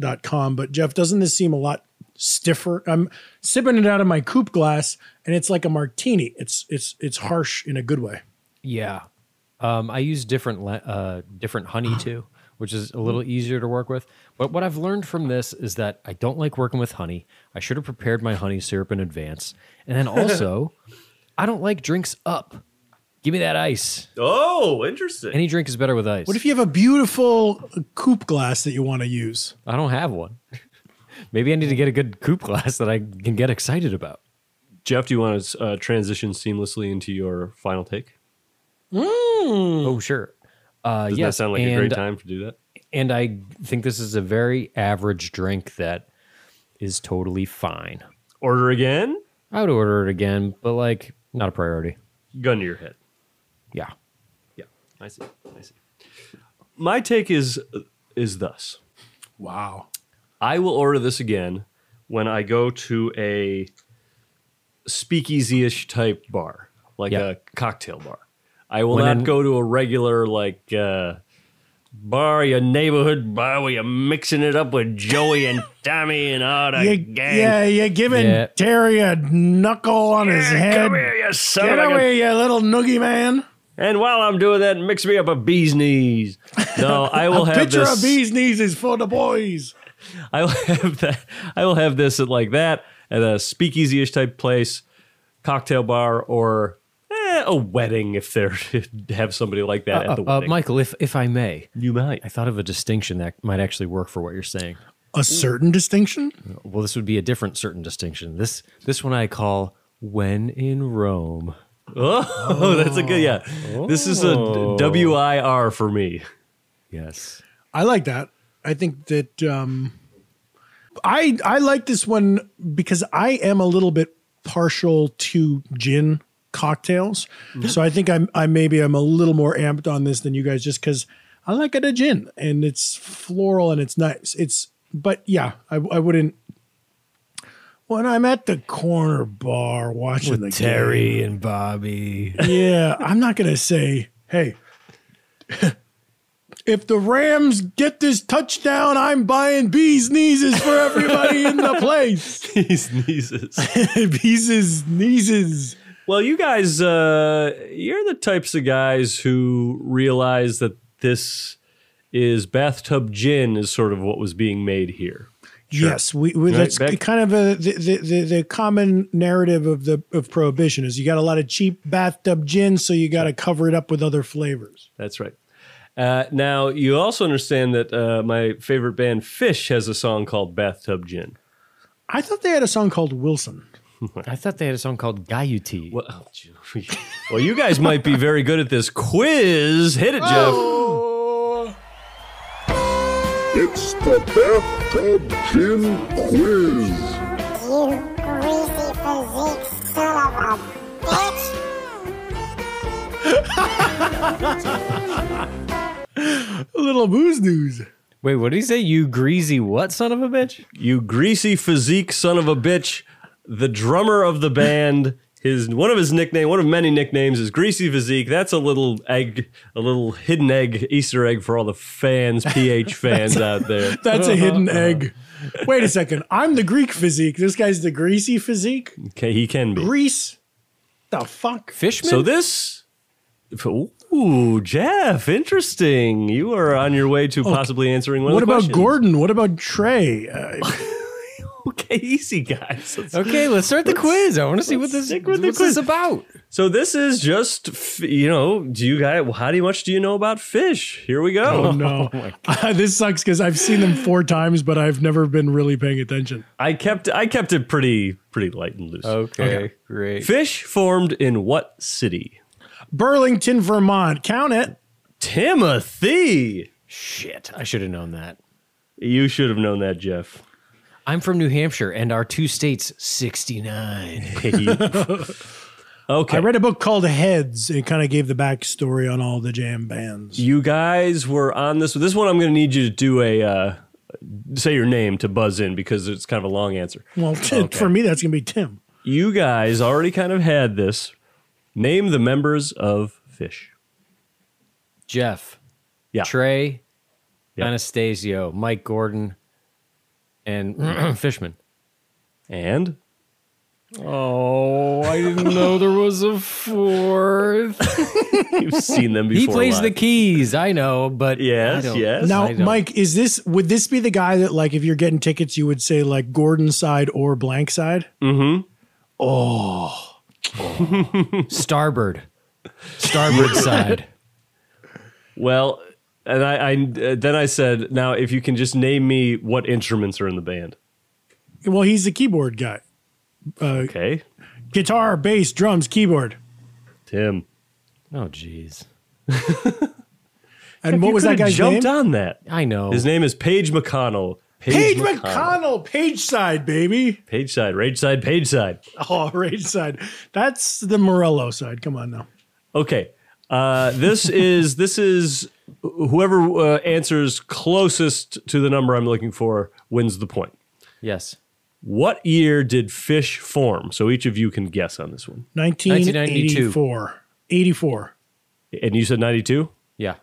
[SPEAKER 2] liquor.com. But Jeff, doesn't this seem a lot stiffer? I'm sipping it out of my coupe glass, and it's like a martini. It's it's it's harsh in a good way.
[SPEAKER 1] Yeah. Um, I use different le- uh, different
[SPEAKER 3] Uh-huh.
[SPEAKER 1] honey too, which is a
[SPEAKER 3] Mm-hmm.
[SPEAKER 1] little easier to work with. But what I've learned from this is that I don't like working with honey. I should have prepared my honey syrup in advance. And then
[SPEAKER 3] (laughs)
[SPEAKER 1] also, I don't like drinks up. Give me that ice.
[SPEAKER 3] Oh, interesting.
[SPEAKER 1] Any drink is better with ice.
[SPEAKER 2] What if you have a beautiful coupe glass that you want to use?
[SPEAKER 1] I don't have one. (laughs) Maybe I need to get a good coupe glass that I can get excited about.
[SPEAKER 3] Jeff, do you want to uh, transition seamlessly into your final take?
[SPEAKER 1] Oh, sure. Uh,
[SPEAKER 3] Mm. Doesn't
[SPEAKER 1] yes,
[SPEAKER 3] that sound like a great
[SPEAKER 1] and-
[SPEAKER 3] time to do that?
[SPEAKER 1] and I think this is a very average drink that is totally fine.
[SPEAKER 3] Order again?
[SPEAKER 1] I would order it again, but like not a priority.
[SPEAKER 3] Gun to your head.
[SPEAKER 1] Yeah.
[SPEAKER 3] Yeah, I see. I see. My take is is thus.
[SPEAKER 2] Wow.
[SPEAKER 3] I will order this again when I go to a speakeasy-ish type bar, like
[SPEAKER 1] Yeah.
[SPEAKER 3] a cocktail bar. I will
[SPEAKER 1] When
[SPEAKER 3] not
[SPEAKER 1] in-
[SPEAKER 3] go to a regular like uh, bar, your neighborhood bar where you're mixing it up with
[SPEAKER 2] (laughs)
[SPEAKER 3] Joey and Tommy and all that
[SPEAKER 2] You-
[SPEAKER 3] gang.
[SPEAKER 2] yeah, you're giving
[SPEAKER 1] Yeah.
[SPEAKER 2] Terry a knuckle on his head.
[SPEAKER 3] Come here, you son
[SPEAKER 2] Get
[SPEAKER 3] of a
[SPEAKER 2] away, you little noogie man.
[SPEAKER 3] And while I'm doing that, mix me up a bee's knees.
[SPEAKER 2] (laughs)
[SPEAKER 3] No, I will
[SPEAKER 2] a
[SPEAKER 3] have
[SPEAKER 2] pitcher
[SPEAKER 3] this.
[SPEAKER 2] of bee's knees is for the boys.
[SPEAKER 3] I will (laughs) have that. I will have this at like that at a speakeasy-ish type place, cocktail bar, or eh, a wedding if they (laughs) have somebody like that at the
[SPEAKER 1] Uh,
[SPEAKER 3] wedding.
[SPEAKER 1] Michael, if if I may,
[SPEAKER 3] you might.
[SPEAKER 1] I thought of a distinction that might actually work for what you're saying.
[SPEAKER 2] A certain distinction?
[SPEAKER 1] Well, this would be a different certain distinction. This this one I call when in Rome.
[SPEAKER 3] (laughs) oh, that's a good yeah. This is a
[SPEAKER 1] Oh.
[SPEAKER 3] W I R for me.
[SPEAKER 1] (laughs) Yes.
[SPEAKER 2] I like that. I think that um, I I like this one because I am a little bit partial to gin cocktails,
[SPEAKER 1] Mm-hmm.
[SPEAKER 2] so I think I'm I maybe I'm a little more amped on this than you guys just because I like it a gin and it's floral and it's nice. It's but yeah, I, I wouldn't. When I'm at the corner bar watching the game,
[SPEAKER 1] and Bobby.
[SPEAKER 2] yeah, I'm not gonna say, hey, if the Rams get this touchdown, I'm buying bees kneeses for everybody in the place.
[SPEAKER 3] These knees.
[SPEAKER 2] bees kneeses.
[SPEAKER 3] Well, you guys, uh, you're the types of guys who realize that this is bathtub gin is sort of what was being made here. Sure.
[SPEAKER 2] Yes, we, we
[SPEAKER 3] Right,
[SPEAKER 2] that's
[SPEAKER 3] Beck?
[SPEAKER 2] kind of a the, the, the, the common narrative of the of prohibition is you got a lot of cheap bathtub gin, so you got to cover it up with other flavors.
[SPEAKER 3] That's right. Uh, now, you also understand that uh, my favorite band, Fish, has a song called Bathtub Gin.
[SPEAKER 2] I thought they had a song called Wilson.
[SPEAKER 1] I thought they had a song called Gaiuti.
[SPEAKER 3] Well, oh, gee. well, you guys might be very good at this quiz. Hit it, Jeff.
[SPEAKER 10] It's the bathtub gin quiz.
[SPEAKER 6] You greasy physique son of a bitch!
[SPEAKER 2] little booze news.
[SPEAKER 1] Wait, what did he say? You greasy what son of a bitch?
[SPEAKER 3] You greasy physique son of a bitch. The drummer of the band. His one of his nickname, one of many nicknames, is Greasy Physique. That's a little egg, a little hidden egg, Easter egg for all the fans, PH fans out there.
[SPEAKER 2] That's a hidden egg. Wait a second, I'm the Greek physique. This guy's the greasy physique.
[SPEAKER 3] Okay, he can be.
[SPEAKER 2] Grease, the fuck,
[SPEAKER 1] Fishman.
[SPEAKER 3] So this, ooh, Jeff, interesting. You are on your way to possibly answering one
[SPEAKER 2] What
[SPEAKER 3] of the
[SPEAKER 2] about
[SPEAKER 3] questions.
[SPEAKER 2] Gordon? What about Trey? Uh,
[SPEAKER 3] (laughs) Okay, easy guys. Let's-
[SPEAKER 1] Okay, let's start the quiz. I want to see what this,
[SPEAKER 3] stick
[SPEAKER 1] what's
[SPEAKER 3] with the
[SPEAKER 1] this
[SPEAKER 3] quiz.
[SPEAKER 1] about.
[SPEAKER 3] So this is just, f- you know, do you guys? How do you- much do you know about fish? Here we go.
[SPEAKER 2] oh no, (laughs) this sucks because I've seen them four times, but I've never been really paying attention.
[SPEAKER 3] I kept I kept it pretty pretty light and loose.
[SPEAKER 2] Oh.
[SPEAKER 1] Okay, great.
[SPEAKER 3] Fish formed in what city?
[SPEAKER 2] Burlington, Vermont. Count it.
[SPEAKER 3] Timothy.
[SPEAKER 1] Shit, I should have known that.
[SPEAKER 3] You should have known that,
[SPEAKER 2] (laughs)
[SPEAKER 3] Jeff.
[SPEAKER 1] I'm from New Hampshire, and our two states, 69.
[SPEAKER 3] Okay.
[SPEAKER 2] I read a book called Heads. It kind of gave the backstory on all the jam bands.
[SPEAKER 3] You guys were on this. This one I'm going to need you to do a uh, say your name to buzz in because it's kind of a long answer.
[SPEAKER 2] Well, (laughs) for me, that's going to be Tim.
[SPEAKER 3] You guys already kind of had this. Name the members of Fish.
[SPEAKER 1] Jeff,
[SPEAKER 3] Yeah.
[SPEAKER 1] Trey, Anastasio, Mike Gordon, and (clears throat) Fishman.
[SPEAKER 3] And
[SPEAKER 1] Oh, I didn't know there was a fourth.
[SPEAKER 3] You've seen them
[SPEAKER 1] (laughs) He
[SPEAKER 3] before
[SPEAKER 1] plays
[SPEAKER 3] live.
[SPEAKER 1] the keys, I know, but
[SPEAKER 3] Yes,
[SPEAKER 1] I don't-
[SPEAKER 3] yes.
[SPEAKER 2] Now,
[SPEAKER 1] I don't-
[SPEAKER 2] Mike, is this would this be the guy that like if you're getting tickets, you would say like Gordon side or blank side?
[SPEAKER 3] Mm-hmm.
[SPEAKER 2] Oh,
[SPEAKER 1] starboard,
[SPEAKER 3] (laughs)
[SPEAKER 1] starboard side.
[SPEAKER 3] Well, and I, I uh, then I said, now if you can just name me what instruments are in the band.
[SPEAKER 2] well, he's the keyboard guy. Uh,
[SPEAKER 3] okay,
[SPEAKER 2] guitar, bass, drums, keyboard.
[SPEAKER 3] Tim.
[SPEAKER 1] Oh, jeez.
[SPEAKER 2] And
[SPEAKER 3] If
[SPEAKER 2] what
[SPEAKER 3] you
[SPEAKER 2] was that
[SPEAKER 3] could've
[SPEAKER 2] guy's
[SPEAKER 3] jumped
[SPEAKER 2] name?
[SPEAKER 3] on that.
[SPEAKER 1] I know.
[SPEAKER 3] His name is Paige McConnell.
[SPEAKER 2] Page McConnell. Page side, baby.
[SPEAKER 3] Page side, rage side, page side.
[SPEAKER 2] (laughs) Oh, rage side. That's the Morello side. Come on now.
[SPEAKER 3] Okay. Uh,
[SPEAKER 2] (laughs)
[SPEAKER 3] this is this is whoever uh, answers closest to the number I'm looking for wins the point.
[SPEAKER 1] Yes.
[SPEAKER 3] What year did Fish form? So each of you can guess on this one.
[SPEAKER 2] 1984. 84.
[SPEAKER 3] And you said 92?
[SPEAKER 1] Yeah.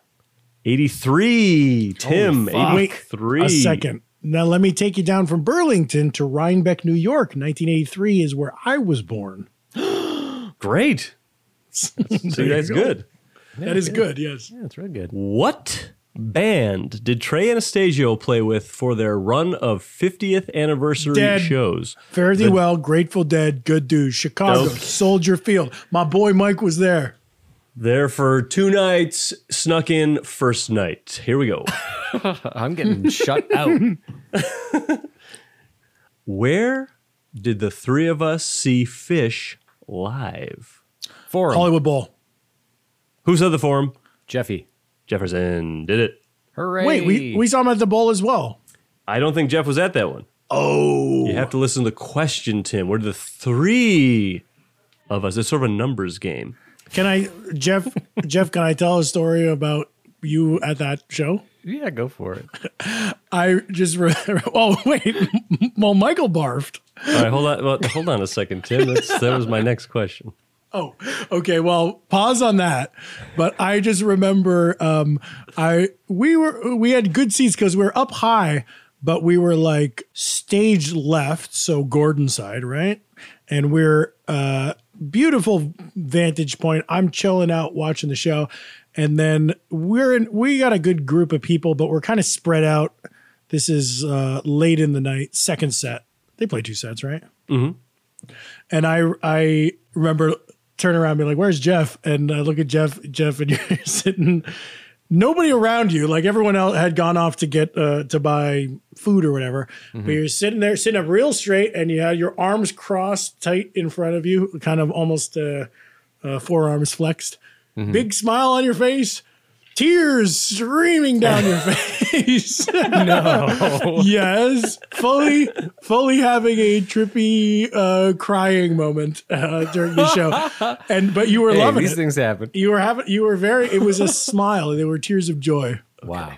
[SPEAKER 3] 83. Tim,
[SPEAKER 2] Oh, fuck. Wait
[SPEAKER 3] 83.
[SPEAKER 2] A second. Now let me take you down from Burlington to Rhinebeck, New York. 1983 is where I was born. (laughs)
[SPEAKER 3] Great. So
[SPEAKER 2] There
[SPEAKER 3] that's
[SPEAKER 2] you go.
[SPEAKER 3] good.
[SPEAKER 2] That is good. Yes.
[SPEAKER 1] That's real good.
[SPEAKER 3] What band did Trey Anastasio play with for their run of 50th anniversary
[SPEAKER 2] Dead.
[SPEAKER 3] shows?
[SPEAKER 2] Fare thee
[SPEAKER 3] The-
[SPEAKER 2] well, Grateful Dead, Good Dude, Chicago,
[SPEAKER 3] Nope.
[SPEAKER 2] Soldier Field. My boy Mike was there.
[SPEAKER 3] There for two nights, snuck in first night. Here we go.
[SPEAKER 1] I'm getting (laughs) shut out.
[SPEAKER 3] Where did the three of us see Fish live?
[SPEAKER 1] Forum.
[SPEAKER 2] Hollywood Bowl.
[SPEAKER 3] Who said the forum?
[SPEAKER 1] Jeffy.
[SPEAKER 3] Jefferson did it.
[SPEAKER 1] Hooray.
[SPEAKER 2] Wait, we, we saw him at the bowl as well.
[SPEAKER 3] I don't think Jeff was at that one.
[SPEAKER 2] Oh.
[SPEAKER 3] You have to listen to the question, Tim. Where did the three of us? It's sort of a numbers game.
[SPEAKER 2] Can I, Jeff? Jeff, can I tell a story about you at that show?
[SPEAKER 1] yeah, go for it.
[SPEAKER 2] I just re- (laughs) oh wait, (laughs) well Michael barfed.
[SPEAKER 3] All right, hold on. Well, hold on a second, Tim. That's, that was my next question.
[SPEAKER 2] Oh, okay. Well, pause on that. But I just remember, um, I we were we had good seats because we were up high, but we were like stage left, so Gordon side, right? And we're uh, beautiful vantage point. I'm chilling out watching the show, and then we're in. We got a good group of people, but we're kind of spread out. This is uh, late in the night, second set. They play two sets, right?
[SPEAKER 3] Mm-hmm.
[SPEAKER 2] And I I remember turning around and being like, "Where's Jeff?" And I look at Jeff, Jeff, and (laughs) you're sitting. Nobody around you, like everyone else had gone off to get uh, to buy food or whatever. But
[SPEAKER 1] Mm-hmm.
[SPEAKER 11] Mhm.
[SPEAKER 2] you're sitting there, sitting up real straight, and you had your arms crossed tight in front of you, kind of almost uh, uh, forearms flexed.
[SPEAKER 1] Mm-hmm.
[SPEAKER 2] Big smile on your face, tears streaming down
[SPEAKER 1] (laughs)
[SPEAKER 2] your face.
[SPEAKER 1] No.
[SPEAKER 2] yes. Fully, fully having a trippy uh, crying moment uh, during the
[SPEAKER 1] (laughs)
[SPEAKER 2] show, and but you were
[SPEAKER 1] Hey,
[SPEAKER 2] loving
[SPEAKER 1] these
[SPEAKER 2] it.
[SPEAKER 1] things happen.
[SPEAKER 2] You were having. You were very. It (laughs) was a smile. They were tears of joy.
[SPEAKER 3] Wow.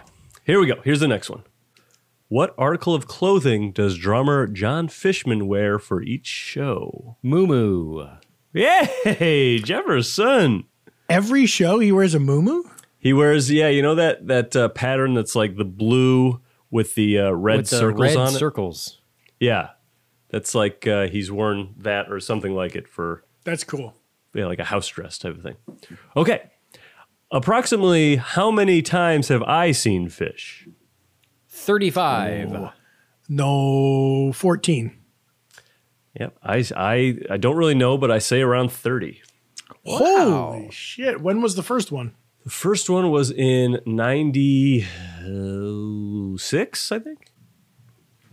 [SPEAKER 3] Here we go. Here's the next one. What article of clothing does drummer John Fishman wear for each show?
[SPEAKER 1] Moo moo.
[SPEAKER 3] Yay, Jefferson.
[SPEAKER 2] Every show he wears a muumuu.
[SPEAKER 3] He wears yeah, you know that that uh, pattern that's like the blue with the uh, red
[SPEAKER 1] With the
[SPEAKER 3] circles
[SPEAKER 1] red
[SPEAKER 3] on it.
[SPEAKER 1] circles.
[SPEAKER 3] Yeah, that's like uh, he's worn that or something like it for
[SPEAKER 2] That's cool.
[SPEAKER 3] yeah, like a house dress type of thing. Okay, approximately how many times have I seen fish?
[SPEAKER 1] 35.
[SPEAKER 2] No, fourteen.
[SPEAKER 3] Yep, I I I don't really know, but I say around thirty.
[SPEAKER 2] Holy shit! When was the first one?
[SPEAKER 3] The first one was in 96, I think,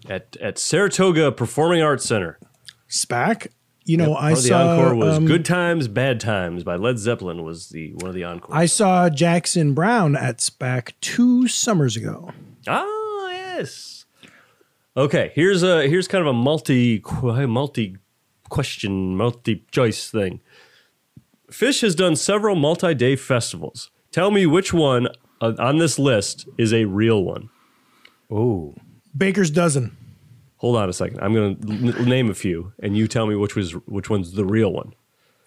[SPEAKER 3] at, at Saratoga Performing Arts Center.
[SPEAKER 2] SPAC? You know, I
[SPEAKER 3] part of the
[SPEAKER 2] saw,
[SPEAKER 3] encore was
[SPEAKER 2] um,
[SPEAKER 3] Good Times, Bad Times by Led Zeppelin was the one of the encores.
[SPEAKER 2] I saw Jackson Brown at SPAC two summers ago.
[SPEAKER 3] Ah, yes. Okay, here's a here's kind of a multi multi question, multi choice thing. Fish has done several multi day festivals. Tell me which one uh, on this list is a real one.
[SPEAKER 1] Oh,
[SPEAKER 2] Baker's dozen.
[SPEAKER 3] Hold on a second. I'm going to name a few, and you tell me which was which one's the real one.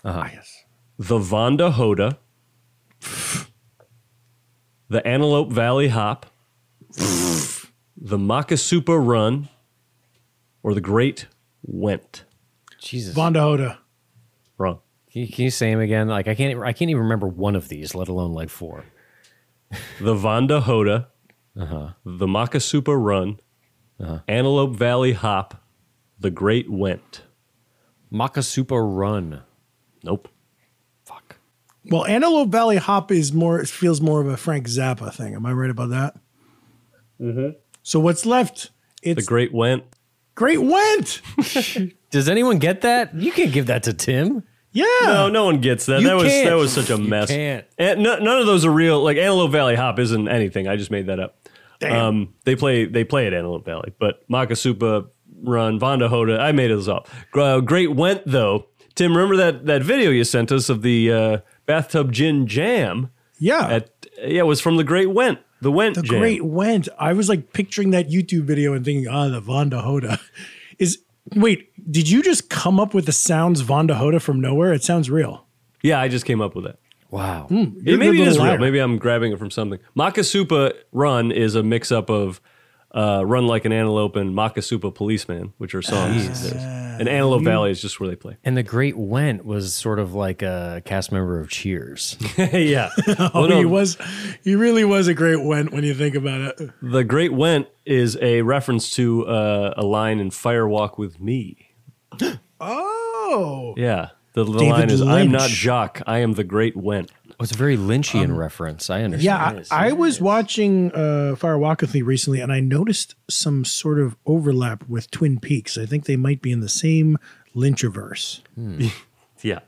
[SPEAKER 1] Ah,
[SPEAKER 3] yes. The Vonda Hoda, the Antelope Valley Hop, the Makasupa Run, or the Great Went.
[SPEAKER 1] Jesus.
[SPEAKER 2] Vonda Hoda.
[SPEAKER 3] Wrong.
[SPEAKER 1] Can you, can you say him again? Like I can't. I can't even remember one of these, let alone like four.
[SPEAKER 3] The Vonda Hoda, the Makasupa Run, Antelope Valley Hop, the Great Went.
[SPEAKER 1] Makasupa Run.
[SPEAKER 3] Nope.
[SPEAKER 2] Well, Antelope Valley Hop is more. It feels more of a Frank Zappa thing. Am I right about that?
[SPEAKER 3] Mm-hmm.
[SPEAKER 2] So what's left?
[SPEAKER 3] the Great Went.
[SPEAKER 2] Great
[SPEAKER 3] (laughs)
[SPEAKER 2] Went.
[SPEAKER 1] Does anyone get that? You can't give that to Tim.
[SPEAKER 2] Yeah.
[SPEAKER 3] No, no one gets that.
[SPEAKER 1] You
[SPEAKER 3] that was
[SPEAKER 1] can't.
[SPEAKER 3] that was such a
[SPEAKER 1] You
[SPEAKER 3] mess.
[SPEAKER 1] can't.
[SPEAKER 3] And no, none of those are real. Like Antelope Valley Hop isn't anything. I just made that up. Um, they play they play at Antelope Valley, but Makasupa Run, Vonda Hoda. I made those up. Gr- uh, Great Went though. Tim, remember that that video you sent us of the uh, bathtub gin jam?
[SPEAKER 2] Yeah.
[SPEAKER 3] At yeah, it was from the Great Went. The Went.
[SPEAKER 2] The
[SPEAKER 3] jam.
[SPEAKER 2] Great Went. I was like picturing that YouTube video and thinking, ah, the Vonda Hoda is. Wait, did you just come up with the sounds Vonda Hoda from nowhere? It sounds real.
[SPEAKER 3] Yeah, I just came up with that.
[SPEAKER 1] Wow.
[SPEAKER 2] you're a
[SPEAKER 3] maybe
[SPEAKER 2] good
[SPEAKER 3] it is
[SPEAKER 2] little liar. (laughs)
[SPEAKER 3] real. Maybe I'm grabbing it from something. Makasupa Run is a mix up of uh, Run Like an Antelope and Makasupa Policeman, which are songs. of theirs. And Antelope
[SPEAKER 2] Mm-hmm.
[SPEAKER 1] You-
[SPEAKER 3] Valley is just where
[SPEAKER 2] (laughs)
[SPEAKER 3] they play. (laughs)
[SPEAKER 1] And the Great Went was sort of like a cast member of (laughs) Cheers.
[SPEAKER 2] (laughs)
[SPEAKER 3] yeah.
[SPEAKER 2] Oh, he was. He really was a Great Went when you think about it.
[SPEAKER 3] The Great Went is a reference to uh, a line in Firewalk with Me.
[SPEAKER 2] Oh.
[SPEAKER 3] Yeah. The, the
[SPEAKER 2] David
[SPEAKER 3] line is I'm not
[SPEAKER 2] Lynch.
[SPEAKER 3] Jacques, I am the Great Went.
[SPEAKER 1] it's a very Lynchian reference. I
[SPEAKER 2] Yeah, I, I was watching uh, Fire Walk with Me recently, and I noticed some sort of overlap with Twin Peaks. I think they might be in the same Lynchiverse.
[SPEAKER 3] Yeah.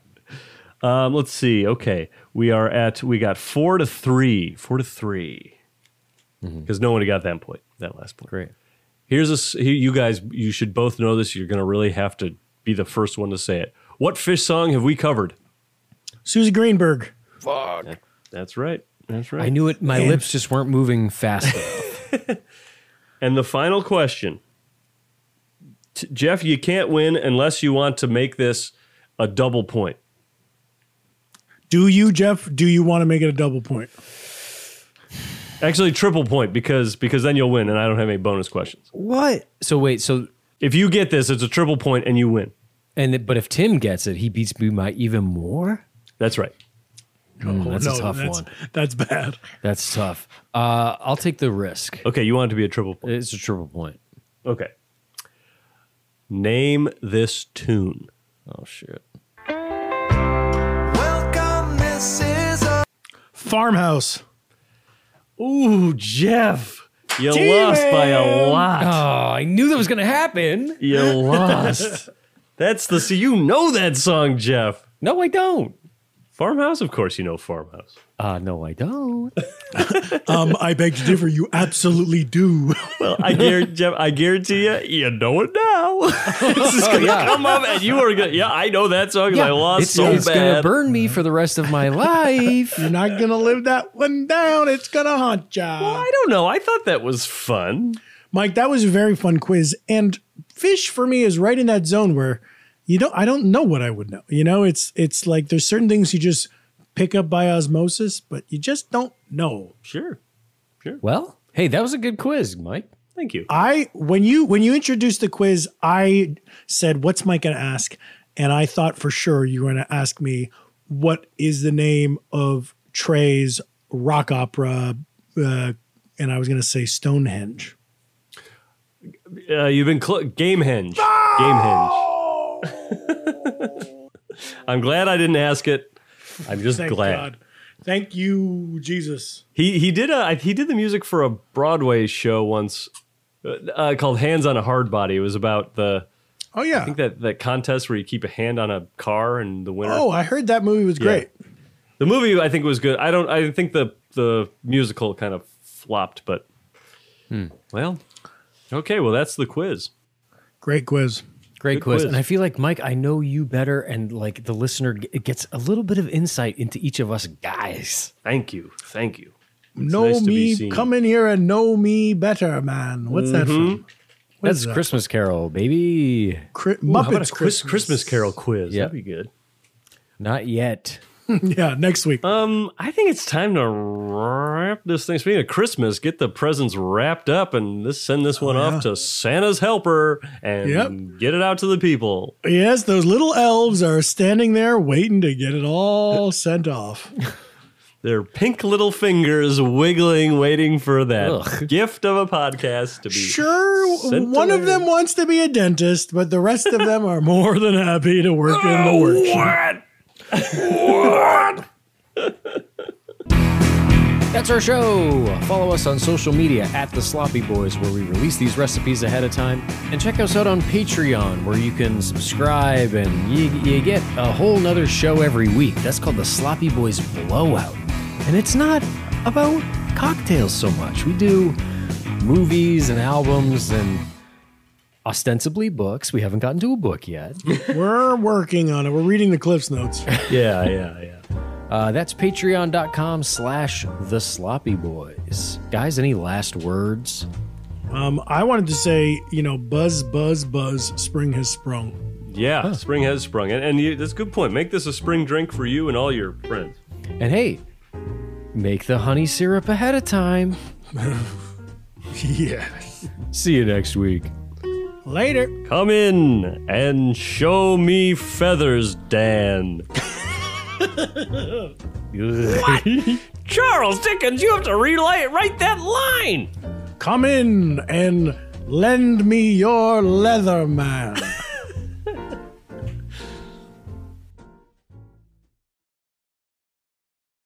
[SPEAKER 3] Um, let's see. Okay. We are at, we got four to three. Four to three. Because no one got that point, that last point.
[SPEAKER 1] Mm-hmm. Great.
[SPEAKER 3] Here's a, s- here- you guys, you should both know this. You're going to really have to be the first one to say it. What fish song have we covered?
[SPEAKER 2] Susie Greenberg.
[SPEAKER 3] Fuck. that's right. That's right.
[SPEAKER 1] I knew it. My
[SPEAKER 3] And-
[SPEAKER 1] lips just weren't moving fast enough.
[SPEAKER 3] And the final question T- Jeff, you can't win unless you want to make this a double point.
[SPEAKER 2] Do you, Jeff? Do you want to make it a double point?
[SPEAKER 3] Actually, triple point because because then you'll win, and I don't have any bonus questions.
[SPEAKER 1] (laughs) What? So wait. So
[SPEAKER 3] if you get this, it's a triple point, and you win.
[SPEAKER 1] And it- but if Tim gets it, he beats me by even more.
[SPEAKER 3] That's right.
[SPEAKER 1] Ooh, that's
[SPEAKER 2] No,
[SPEAKER 1] a tough
[SPEAKER 2] that's-
[SPEAKER 1] one.
[SPEAKER 2] That's bad.
[SPEAKER 1] That's tough. Uh, I'll take the risk.
[SPEAKER 3] Okay, you want it to be a triple point.
[SPEAKER 1] It's a triple point.
[SPEAKER 3] Okay. Name this tune.
[SPEAKER 1] Oh shit.
[SPEAKER 2] Farmhouse.
[SPEAKER 3] Ooh, Jeff. You lost by a lot.
[SPEAKER 1] Oh, I knew that was going to happen.
[SPEAKER 3] You lost. That's the see. You know that song, Jeff.
[SPEAKER 1] (laughs) No, I don't.
[SPEAKER 3] Farmhouse, of course, you know Farmhouse.
[SPEAKER 1] Uh, no, I don't.
[SPEAKER 2] Um, I beg to differ. You absolutely do.
[SPEAKER 3] Well,
[SPEAKER 1] (laughs)
[SPEAKER 3] I guarantee, Jeff, I guarantee you, you know it now. (laughs) this is
[SPEAKER 1] Oh,
[SPEAKER 3] gonna
[SPEAKER 1] yeah.
[SPEAKER 3] come up, and you are gonna. Yeah, I know that song. 'cause I lost
[SPEAKER 1] it's,
[SPEAKER 3] so
[SPEAKER 1] it's gonna
[SPEAKER 3] bad.
[SPEAKER 1] burn me for the rest of (laughs) my life.
[SPEAKER 2] You're not gonna live that one down. It's gonna haunt ya. Well, I
[SPEAKER 3] don't know. I thought that was fun.
[SPEAKER 2] Mike, that was a very fun quiz. And fish for me is right in that zone where you don't I don't know what I would know. You know, it's it's like there's certain things you just pick up by osmosis, but you just don't know.
[SPEAKER 3] Sure. Sure.
[SPEAKER 1] Well, hey, that was a good quiz, Mike.
[SPEAKER 3] Thank you.
[SPEAKER 2] I when you when you introduced the quiz, I said, "What's Mike gonna ask?" And I thought for sure you were gonna ask me, "What is the name of Trey's rock opera?" Uh, and I was gonna say Stonehenge.
[SPEAKER 3] Uh, you've been cl- game henge. Game henge. (laughs) I'm glad I didn't ask it. I'm just
[SPEAKER 2] Thank
[SPEAKER 3] glad.
[SPEAKER 2] God. Thank you, Jesus.
[SPEAKER 3] He he did a he did the music for a Broadway show once uh, uh, called Hands on a Hard Body. It was about the
[SPEAKER 2] Oh yeah.
[SPEAKER 3] I think that that contest where you keep a hand on a car and the winner.
[SPEAKER 2] Oh, I heard that movie was
[SPEAKER 3] Yeah.
[SPEAKER 2] great.
[SPEAKER 3] The movie I think was good. I don't I think the the musical kind of flopped, but well, okay. Well, that's the quiz.
[SPEAKER 2] Great quiz.
[SPEAKER 1] Great
[SPEAKER 3] Good
[SPEAKER 1] quiz.
[SPEAKER 3] quiz.
[SPEAKER 1] And I feel like Mike, I know you better, and like the listener g- gets a little bit of insight into each of us guys.
[SPEAKER 3] Thank you. Thank you.
[SPEAKER 2] know
[SPEAKER 1] nice to be
[SPEAKER 2] me,
[SPEAKER 1] seen.
[SPEAKER 2] come in here and know me better, man. What's
[SPEAKER 3] Mm-hmm.
[SPEAKER 1] Mhm.
[SPEAKER 2] that from? What
[SPEAKER 1] That's
[SPEAKER 2] is that?
[SPEAKER 1] Christmas Carol, baby.
[SPEAKER 2] Cri-
[SPEAKER 3] Ooh, how about a
[SPEAKER 2] Muppets
[SPEAKER 3] quiz- Christmas. Carol quiz?
[SPEAKER 1] Yeah.
[SPEAKER 3] That'd be good.
[SPEAKER 1] Not yet.
[SPEAKER 2] yeah, next week.
[SPEAKER 3] Um, I think it's time to wrap this thing. Speaking of Christmas, get the presents wrapped up and this send this one off to Santa's helper and
[SPEAKER 2] Oh, Yep.
[SPEAKER 3] get it out to the people.
[SPEAKER 2] Yes, those little elves are standing there waiting to get it all sent off.
[SPEAKER 3] Their pink little fingers wiggling, waiting for that
[SPEAKER 2] Ugh.
[SPEAKER 3] gift of a podcast to be
[SPEAKER 2] Sure,
[SPEAKER 3] sent
[SPEAKER 2] one
[SPEAKER 3] away.
[SPEAKER 2] of them wants to be a dentist, but the rest of them are more than happy to work in
[SPEAKER 3] Oh,
[SPEAKER 2] the workshop.
[SPEAKER 1] That's our show. Follow us on social media at The Sloppy Boys, where we release these recipes ahead of time. And check us out on Patreon, where you can subscribe and you, you get a whole nother show every week. That's called The Sloppy Boys Blowout. And it's not about cocktails so much. We do movies and albums and ostensibly books. We haven't gotten to a book yet.
[SPEAKER 2] We're working on it. We're reading the Cliffs notes.
[SPEAKER 3] yeah, yeah, yeah.
[SPEAKER 1] Uh, that's patreon.com slash the sloppy boys. Guys, any last words?
[SPEAKER 2] Um, I wanted to say, you know, buzz, buzz, buzz. Spring has
[SPEAKER 3] (laughs)
[SPEAKER 2] sprung.
[SPEAKER 3] Yeah, spring has sprung, and, and you, that's a good point. Make this a spring drink for you and all your friends.
[SPEAKER 1] And hey, make the honey syrup ahead of time.
[SPEAKER 2] yeah.
[SPEAKER 1] See you next week.
[SPEAKER 2] Later.
[SPEAKER 3] Come in and show me feathers, (laughs) Dan. (laughs) what? Charles Dickens, you have to relay write that line.
[SPEAKER 2] Come in and lend me your leather, man.